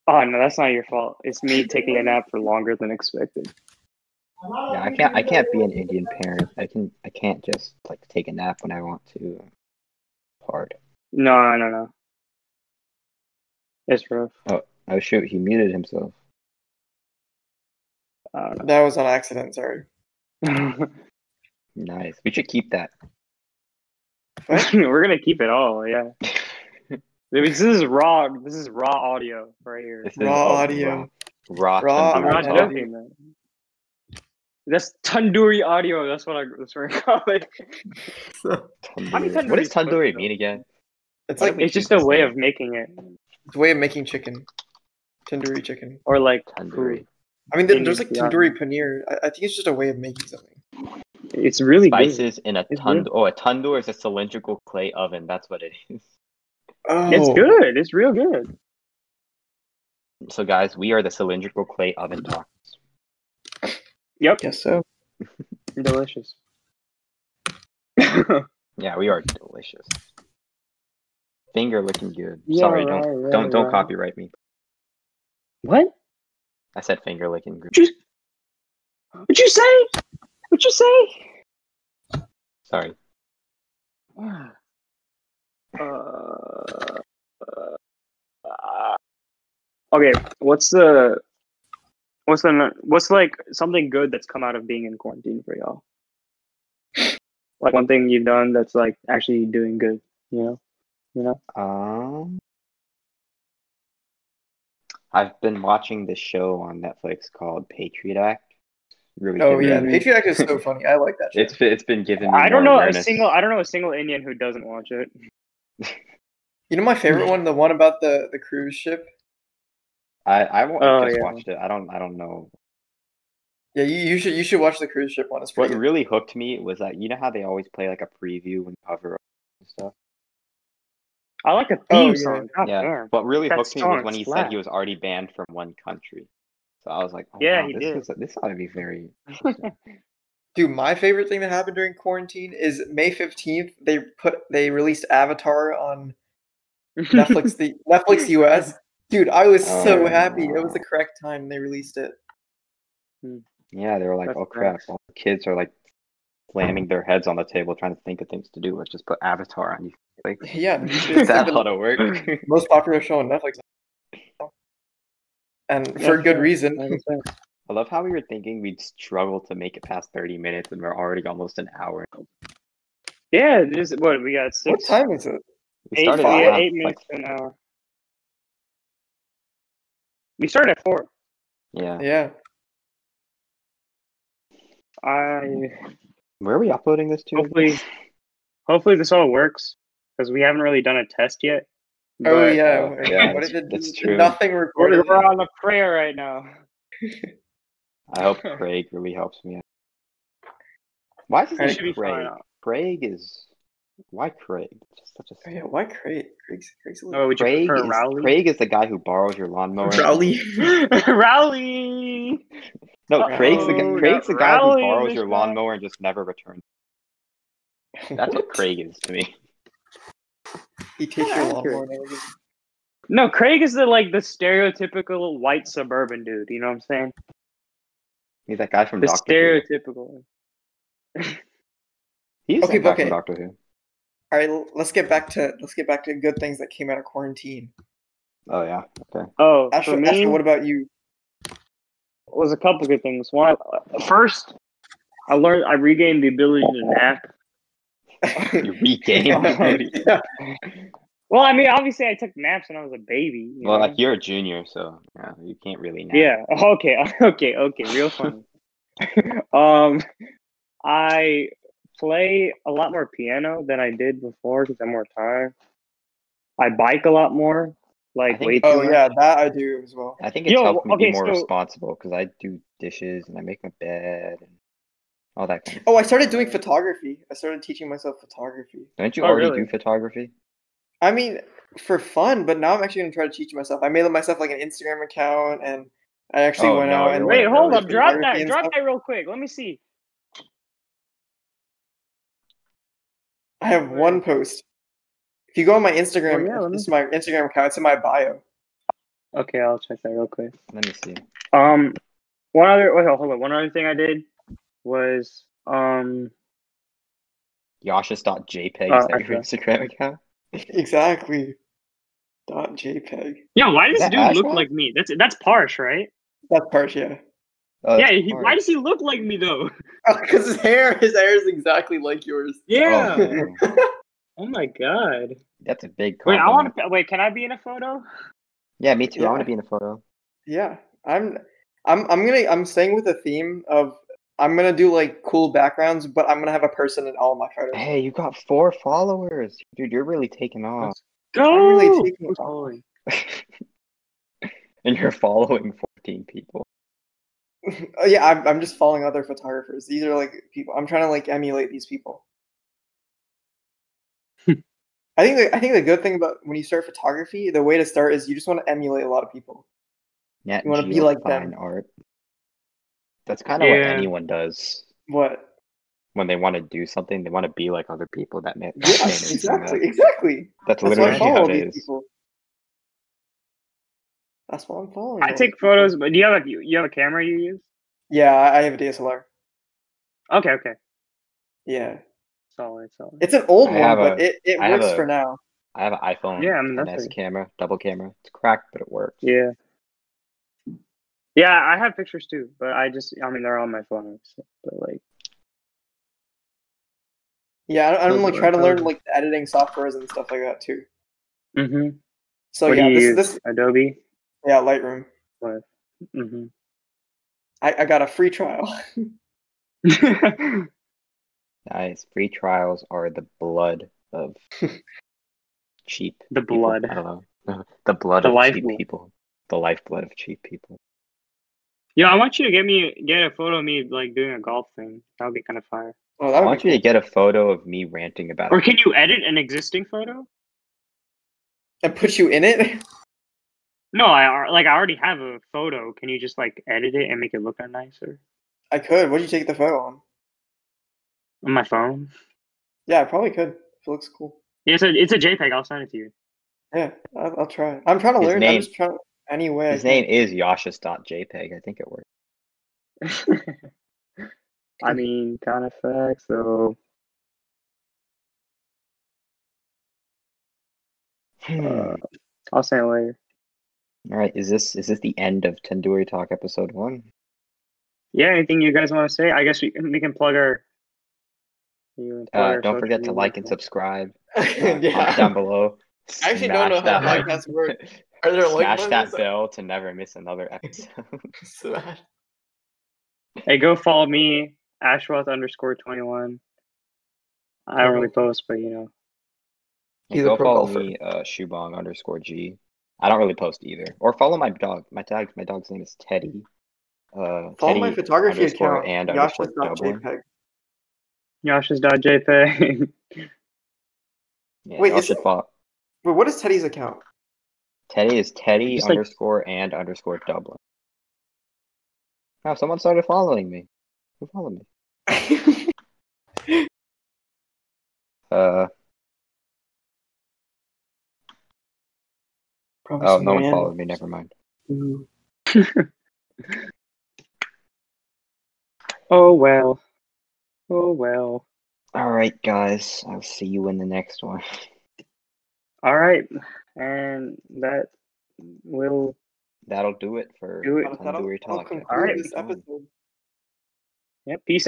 Speaker 1: Oh no, that's not your fault. It's me taking a nap for longer than expected.
Speaker 2: Yeah,
Speaker 1: Oh,
Speaker 2: I can't I can't be an Indian parent. I can I can't just like take a nap when I want to. Hard.
Speaker 1: No, no, no. It's rough.
Speaker 2: Oh shoot, he muted himself.
Speaker 1: I don't
Speaker 3: That was on accident, sorry.
Speaker 1: know.
Speaker 2: Nice. We should keep that.
Speaker 1: We're gonna keep it all, yeah. This is raw. This is raw audio right here.
Speaker 2: This is
Speaker 3: Raw
Speaker 2: all
Speaker 3: audio.
Speaker 2: Raw,
Speaker 3: Raw
Speaker 1: I'm
Speaker 2: tandoori
Speaker 1: not
Speaker 2: talk.
Speaker 1: joking, man. That's tandoori audio. That's what I. That's what I call it. I mean,
Speaker 2: Tandoori. What
Speaker 1: tandoori's
Speaker 2: does
Speaker 1: good,
Speaker 2: tandoori
Speaker 1: though.
Speaker 2: mean again?
Speaker 3: It's
Speaker 2: Why
Speaker 3: like
Speaker 2: don't we
Speaker 1: It's just
Speaker 2: keep
Speaker 1: a
Speaker 2: this
Speaker 1: way
Speaker 2: name?
Speaker 1: of making it,
Speaker 3: it's a way of making chicken. Tandoori chicken.
Speaker 1: or like
Speaker 2: tandoori.
Speaker 3: I mean, there- there's like
Speaker 1: Yeah.
Speaker 3: tandoori paneer. I, I think it's just a way of making something.
Speaker 1: It's really good.
Speaker 2: Spices in a
Speaker 1: It's
Speaker 2: tund. Oh, a tandoor is a cylindrical clay oven. That's what it is.
Speaker 3: Oh,
Speaker 1: It's good. It's real good.
Speaker 2: So guys, we are the cylindrical clay oven talks.
Speaker 1: Yep,
Speaker 3: Guess so.
Speaker 1: delicious.
Speaker 2: Yeah, we are delicious. Finger looking good.
Speaker 1: Yeah,
Speaker 2: Sorry, don't
Speaker 1: right, right,
Speaker 2: don't don't
Speaker 1: right.
Speaker 2: copyright me.
Speaker 1: What?
Speaker 2: I said finger licking good.
Speaker 1: What you say? What you say?
Speaker 2: Sorry.
Speaker 1: Uh, uh, okay, what's the what's the what's like something good that's come out of being in quarantine for y'all? Like one thing you've done that's like actually doing good, you know?
Speaker 2: Um, I've been watching this show on Netflix called Patriot Act. Really
Speaker 3: Oh
Speaker 2: good
Speaker 3: yeah,
Speaker 2: movie.
Speaker 3: Patriot Act is so funny. I like that. Shit.
Speaker 2: It's it's been given. Me
Speaker 1: I don't
Speaker 2: more
Speaker 1: know a
Speaker 2: Mm, awareness.
Speaker 1: single I don't know a single Indian who doesn't watch it.
Speaker 3: You know my favorite one, the one about the the cruise ship.
Speaker 2: I I wa-
Speaker 1: Oh,
Speaker 2: just
Speaker 1: yeah.
Speaker 2: watched it. I don't I don't know.
Speaker 3: Yeah, you, you should you should watch the cruise ship one. It's
Speaker 2: What
Speaker 3: pretty. good.
Speaker 2: really hooked me was that you know how they always play like a preview and cover up and stuff.
Speaker 1: I like a theme
Speaker 3: Oh, yeah.
Speaker 1: song. God
Speaker 2: Yeah.
Speaker 1: damn.
Speaker 2: What really
Speaker 1: That
Speaker 2: hooked me was
Speaker 1: song
Speaker 2: when he said
Speaker 1: slaps.
Speaker 2: he was already banned from one country. So I was like, oh,
Speaker 1: Yeah,
Speaker 2: wow,
Speaker 1: he
Speaker 2: this
Speaker 1: did.
Speaker 2: is this ought to be very.
Speaker 3: Dude, my favorite thing that happened during quarantine is May fifteenth. They put they released Avatar on Netflix the Netflix US. Dude, I was so
Speaker 2: Oh,
Speaker 3: happy. It was
Speaker 2: no.
Speaker 3: the correct time they released it.
Speaker 2: Yeah, they were like,
Speaker 1: That's
Speaker 2: oh crap,
Speaker 1: nice.
Speaker 2: all the kids are like slamming their heads on the table trying to think of things to do. Let's just put Avatar on you. Like,
Speaker 3: Yeah, it's
Speaker 2: is that
Speaker 3: the
Speaker 2: how to work?
Speaker 3: most popular show on Netflix, and for
Speaker 1: Yeah,
Speaker 3: good
Speaker 1: sure.
Speaker 3: reason.
Speaker 2: I love how we were thinking we'd struggle to make it past 30 minutes and we're already almost an hour.
Speaker 1: yeah, this what we got six
Speaker 3: What time is it?
Speaker 2: We
Speaker 1: Eight,
Speaker 2: started
Speaker 1: we had
Speaker 2: around,
Speaker 1: eight
Speaker 2: like,
Speaker 1: minutes to an hour. We started at four.
Speaker 2: yeah.
Speaker 3: Yeah,
Speaker 1: I
Speaker 2: Where are we uploading this to?
Speaker 1: hopefully, hopefully this all works because we haven't really done a test yet.
Speaker 3: Oh
Speaker 1: but
Speaker 3: yeah,
Speaker 2: uh, yeah,
Speaker 3: what
Speaker 2: that's-
Speaker 3: did it-
Speaker 2: that's
Speaker 3: did
Speaker 2: true.
Speaker 3: Nothing
Speaker 1: we're,
Speaker 3: recorded.
Speaker 1: we're on a prayer right now.
Speaker 2: I hope Craig really helps me. out. Why is his
Speaker 1: It
Speaker 3: Craig
Speaker 1: should be
Speaker 2: name Craig?
Speaker 1: fine.
Speaker 2: Craig is why Craig? Just such a
Speaker 3: Oh, yeah, why Craig? Craig's, Craig's a
Speaker 1: Oh,
Speaker 3: little.
Speaker 1: would you
Speaker 2: Craig
Speaker 1: prefer
Speaker 2: is,
Speaker 1: Rowley?
Speaker 2: Craig is the guy who borrows your lawnmower.
Speaker 3: Rowley.
Speaker 1: Rowley.
Speaker 2: No, Craig's the
Speaker 1: Uh-oh,
Speaker 2: guy. Craig's the
Speaker 1: Oh, got
Speaker 2: guy who
Speaker 1: Rowley in
Speaker 2: borrows
Speaker 1: this
Speaker 2: your
Speaker 1: one.
Speaker 2: lawnmower and just never returns. That's what Craig is to me.
Speaker 3: He takes your
Speaker 1: Yeah, accurate.
Speaker 3: lawnmower. and everything.
Speaker 1: No, Craig is the like the stereotypical white suburban dude. You know what I'm saying?
Speaker 2: He's that guy from
Speaker 1: The
Speaker 2: Doctor Who.
Speaker 1: stereotypical.
Speaker 2: He's
Speaker 3: Okay,
Speaker 2: that guy
Speaker 3: okay.
Speaker 2: from Doctor Who.
Speaker 3: All right, l- let's get back to let's get back to good things that came out of quarantine.
Speaker 2: Oh yeah. Okay.
Speaker 1: Oh, for
Speaker 3: Ashley,
Speaker 1: me,
Speaker 3: Ashley what about you?
Speaker 1: was a couple good things. One, first, I learned I regained the ability to nap.
Speaker 2: You regain.
Speaker 3: Yeah.
Speaker 1: Well, I mean, obviously, I took naps when I was a baby. you
Speaker 2: well,
Speaker 1: know?
Speaker 2: like you're a junior, so yeah, you can't really. Nap.
Speaker 1: yeah. Okay. Okay. Okay. Real funny. um, I play a lot more piano than I did before because I'm more tired. I bike a lot more, like
Speaker 2: I think-
Speaker 1: way too
Speaker 3: oh
Speaker 1: much.
Speaker 3: yeah, that I do as well.
Speaker 2: I think it's
Speaker 1: Yo,
Speaker 2: helped me
Speaker 1: okay,
Speaker 2: be more
Speaker 1: so-
Speaker 2: responsible because I do dishes and I make my bed and all that kind of.
Speaker 3: Oh, I started doing photography. I started teaching myself photography.
Speaker 2: Don't you
Speaker 1: Oh,
Speaker 2: already
Speaker 1: really?
Speaker 2: do photography?
Speaker 3: I mean, for fun, but now I'm actually gonna try to teach myself. I made myself like an Instagram account, and I actually
Speaker 2: Oh,
Speaker 3: went
Speaker 2: no,
Speaker 3: out
Speaker 2: you're
Speaker 3: and
Speaker 1: Wait,
Speaker 2: Right,
Speaker 1: hold
Speaker 2: really
Speaker 1: up. Drop
Speaker 3: photography
Speaker 1: that.
Speaker 3: and
Speaker 1: Drop
Speaker 3: stuff.
Speaker 1: that real quick. Let me see.
Speaker 3: I have one post. If you go on my Instagram,
Speaker 1: yeah, let me-
Speaker 3: this is my Instagram account. It's in my bio.
Speaker 1: Okay, I'll check that real quick.
Speaker 2: Let me see.
Speaker 1: Um, one other. Wait, hold on. One other thing I did was um.
Speaker 2: Yashas.jpg
Speaker 1: Uh,
Speaker 2: is that your
Speaker 1: okay.
Speaker 2: Instagram account?
Speaker 3: Exactly. Dot JPEG.
Speaker 1: Yeah, why does
Speaker 2: Is that
Speaker 1: dude look
Speaker 2: Ashwell?
Speaker 1: like me? That's that's Parsh, right?
Speaker 3: That part, yeah.
Speaker 2: Oh,
Speaker 1: yeah,
Speaker 2: that's
Speaker 1: he,
Speaker 2: hard.
Speaker 1: why does he look like me though?
Speaker 3: Because his hair, his hair is exactly like yours.
Speaker 1: Yeah.
Speaker 2: Oh,
Speaker 1: Oh,
Speaker 2: man.
Speaker 1: my god.
Speaker 2: that's a big
Speaker 1: Wait,
Speaker 2: compliment.
Speaker 1: I want to. Wait, can I be in a photo?
Speaker 2: Yeah, me too. I want
Speaker 3: Yeah.
Speaker 2: to be in the photo.
Speaker 3: Yeah, I'm, I'm, I'm gonna, I'm staying with the theme of I'm gonna do like cool backgrounds, but I'm gonna have a person in all my photos.
Speaker 2: Hey, you got four followers, dude. You're really taking off,
Speaker 1: Go.
Speaker 3: I'm really taking it
Speaker 1: Holy.
Speaker 2: and you're following 14 people.
Speaker 3: Oh, yeah, I'm, I'm just following other photographers. These are like people. I'm trying to like emulate these people.
Speaker 2: Hmm.
Speaker 3: I think, the, I think the good thing about when you start photography, the way to start is you just want to emulate a lot of people.
Speaker 2: Nat
Speaker 3: You wanna be
Speaker 2: Geo
Speaker 3: like
Speaker 2: fine
Speaker 3: them.
Speaker 2: art. That's kind of
Speaker 1: Yeah.
Speaker 2: what anyone does.
Speaker 3: What?
Speaker 2: when they want to do something, they want to be like other people that make
Speaker 3: Yes, exactly, exactly.
Speaker 2: That's
Speaker 3: That's why I
Speaker 2: literally
Speaker 3: follow
Speaker 2: how
Speaker 3: these
Speaker 2: it is.
Speaker 3: people. That's what I'm following.
Speaker 1: I
Speaker 3: all
Speaker 1: take
Speaker 3: these
Speaker 1: photos,
Speaker 3: people.
Speaker 1: but do you have a you you have a camera you use?
Speaker 3: Yeah, I I have a DSLR.
Speaker 1: Okay, okay,
Speaker 3: Yeah,
Speaker 1: solid, solid.
Speaker 3: it's an old
Speaker 2: I
Speaker 3: one,
Speaker 2: have
Speaker 3: but
Speaker 2: a-
Speaker 3: it, it
Speaker 2: I have
Speaker 3: works
Speaker 2: a-
Speaker 3: for now.
Speaker 2: I have an iPhone.
Speaker 1: Yeah, I mean,
Speaker 2: and
Speaker 1: that's
Speaker 2: that's a
Speaker 1: a-
Speaker 2: camera, double camera. It's cracked, but it works.
Speaker 1: yeah, yeah. I have pictures too, but I just I mean they're on my phone. So, but like,
Speaker 3: Yeah, I don't, I don't like
Speaker 1: Those
Speaker 3: try to
Speaker 1: are
Speaker 3: learn
Speaker 1: good.
Speaker 3: like editing softwares and stuff like that too.
Speaker 1: hmm
Speaker 3: So
Speaker 1: what
Speaker 3: yeah,
Speaker 1: do you
Speaker 3: this
Speaker 1: use?
Speaker 3: this
Speaker 1: Adobe.
Speaker 3: yeah Lightroom.
Speaker 1: hmm
Speaker 3: I, I got a free trial.
Speaker 1: Mm-hmm.
Speaker 2: Nice. Free trials are the blood of cheap.
Speaker 1: The
Speaker 2: people.
Speaker 1: blood.
Speaker 2: I don't know. The blood
Speaker 1: The
Speaker 2: of
Speaker 1: lifeblood.
Speaker 2: cheap people. The lifeblood of cheap people.
Speaker 1: Yo, I want you to get me get a photo of me like doing a golf thing. That would be kind of fire.
Speaker 3: Oh,
Speaker 2: I
Speaker 3: that would
Speaker 2: want
Speaker 3: be
Speaker 2: you to get a photo of me ranting about
Speaker 1: Or can you edit an existing photo?
Speaker 3: and put you in it.
Speaker 1: No, I ar- like I already have a photo. Can you just like edit it and make it look nicer
Speaker 3: I could. What do you take the photo on?
Speaker 1: on my phone?
Speaker 3: Yeah, I probably could. If it looks cool.
Speaker 1: Yeah, it's a, it's a JPEG. I'll send it to you.
Speaker 3: Yeah, I'll, I'll try. it. I'm trying to
Speaker 2: His
Speaker 3: learn.
Speaker 2: name-
Speaker 3: I'm just trying any way. I
Speaker 2: His
Speaker 3: can.
Speaker 2: name is Yashas.jpg. I think it works.
Speaker 1: I mean, kind of fact. So Hmm.
Speaker 2: All
Speaker 1: Uh, I'll send it later.
Speaker 2: right. Is this is this the end of Tandoori Talk episode one?
Speaker 1: Yeah, anything you guys want to say? I guess we we can plug our. you can plug
Speaker 2: Uh,
Speaker 1: our
Speaker 2: don't
Speaker 1: social
Speaker 2: forget to
Speaker 1: media
Speaker 2: like and
Speaker 1: stuff.
Speaker 2: subscribe. Uh,
Speaker 3: yeah.
Speaker 2: comment down below.
Speaker 3: I actually don't know
Speaker 2: Smash
Speaker 3: how
Speaker 2: that like-
Speaker 3: podcasts work. Are there like
Speaker 2: Smash that
Speaker 3: buttons?
Speaker 2: bell to never miss another episode.
Speaker 3: Smash.
Speaker 1: Hey, go follow me, Ashworth underscore twenty one. I don't really post, but you know.
Speaker 2: And
Speaker 3: He's a
Speaker 2: go
Speaker 3: pro
Speaker 2: follow
Speaker 3: golfer.
Speaker 2: me, uh, Shubong underscore G. I don't really post either. Or follow my dog. My tag, my dog's name is Teddy. Uh,
Speaker 3: Follow
Speaker 2: Teddy
Speaker 3: my photography
Speaker 2: underscore and
Speaker 3: account.
Speaker 2: underscore Dublin.
Speaker 3: Yasha.jpg.
Speaker 1: Yasha's.jpg.
Speaker 2: Yeah,
Speaker 3: Wait,
Speaker 2: y'all
Speaker 3: is
Speaker 2: should
Speaker 3: it-
Speaker 2: follow.
Speaker 3: Wait, what is Teddy's account?
Speaker 2: Teddy is Teddy
Speaker 1: Just like-
Speaker 2: underscore and underscore Dublin. Now someone started following me. Who followed me? Oh, Uh,
Speaker 3: Probably
Speaker 2: oh,
Speaker 3: some
Speaker 2: no one
Speaker 3: random-
Speaker 2: followed me. Never mind.
Speaker 3: Ooh.
Speaker 1: oh well. Oh well.
Speaker 2: All right, guys. I'll see you in the next one.
Speaker 1: All right, and that will.
Speaker 2: That'll do it for
Speaker 1: Do it.
Speaker 3: That'll, that'll
Speaker 2: Tandoori Talk.
Speaker 3: conclude
Speaker 1: Alright.
Speaker 3: this episode.
Speaker 1: Yeah, peace.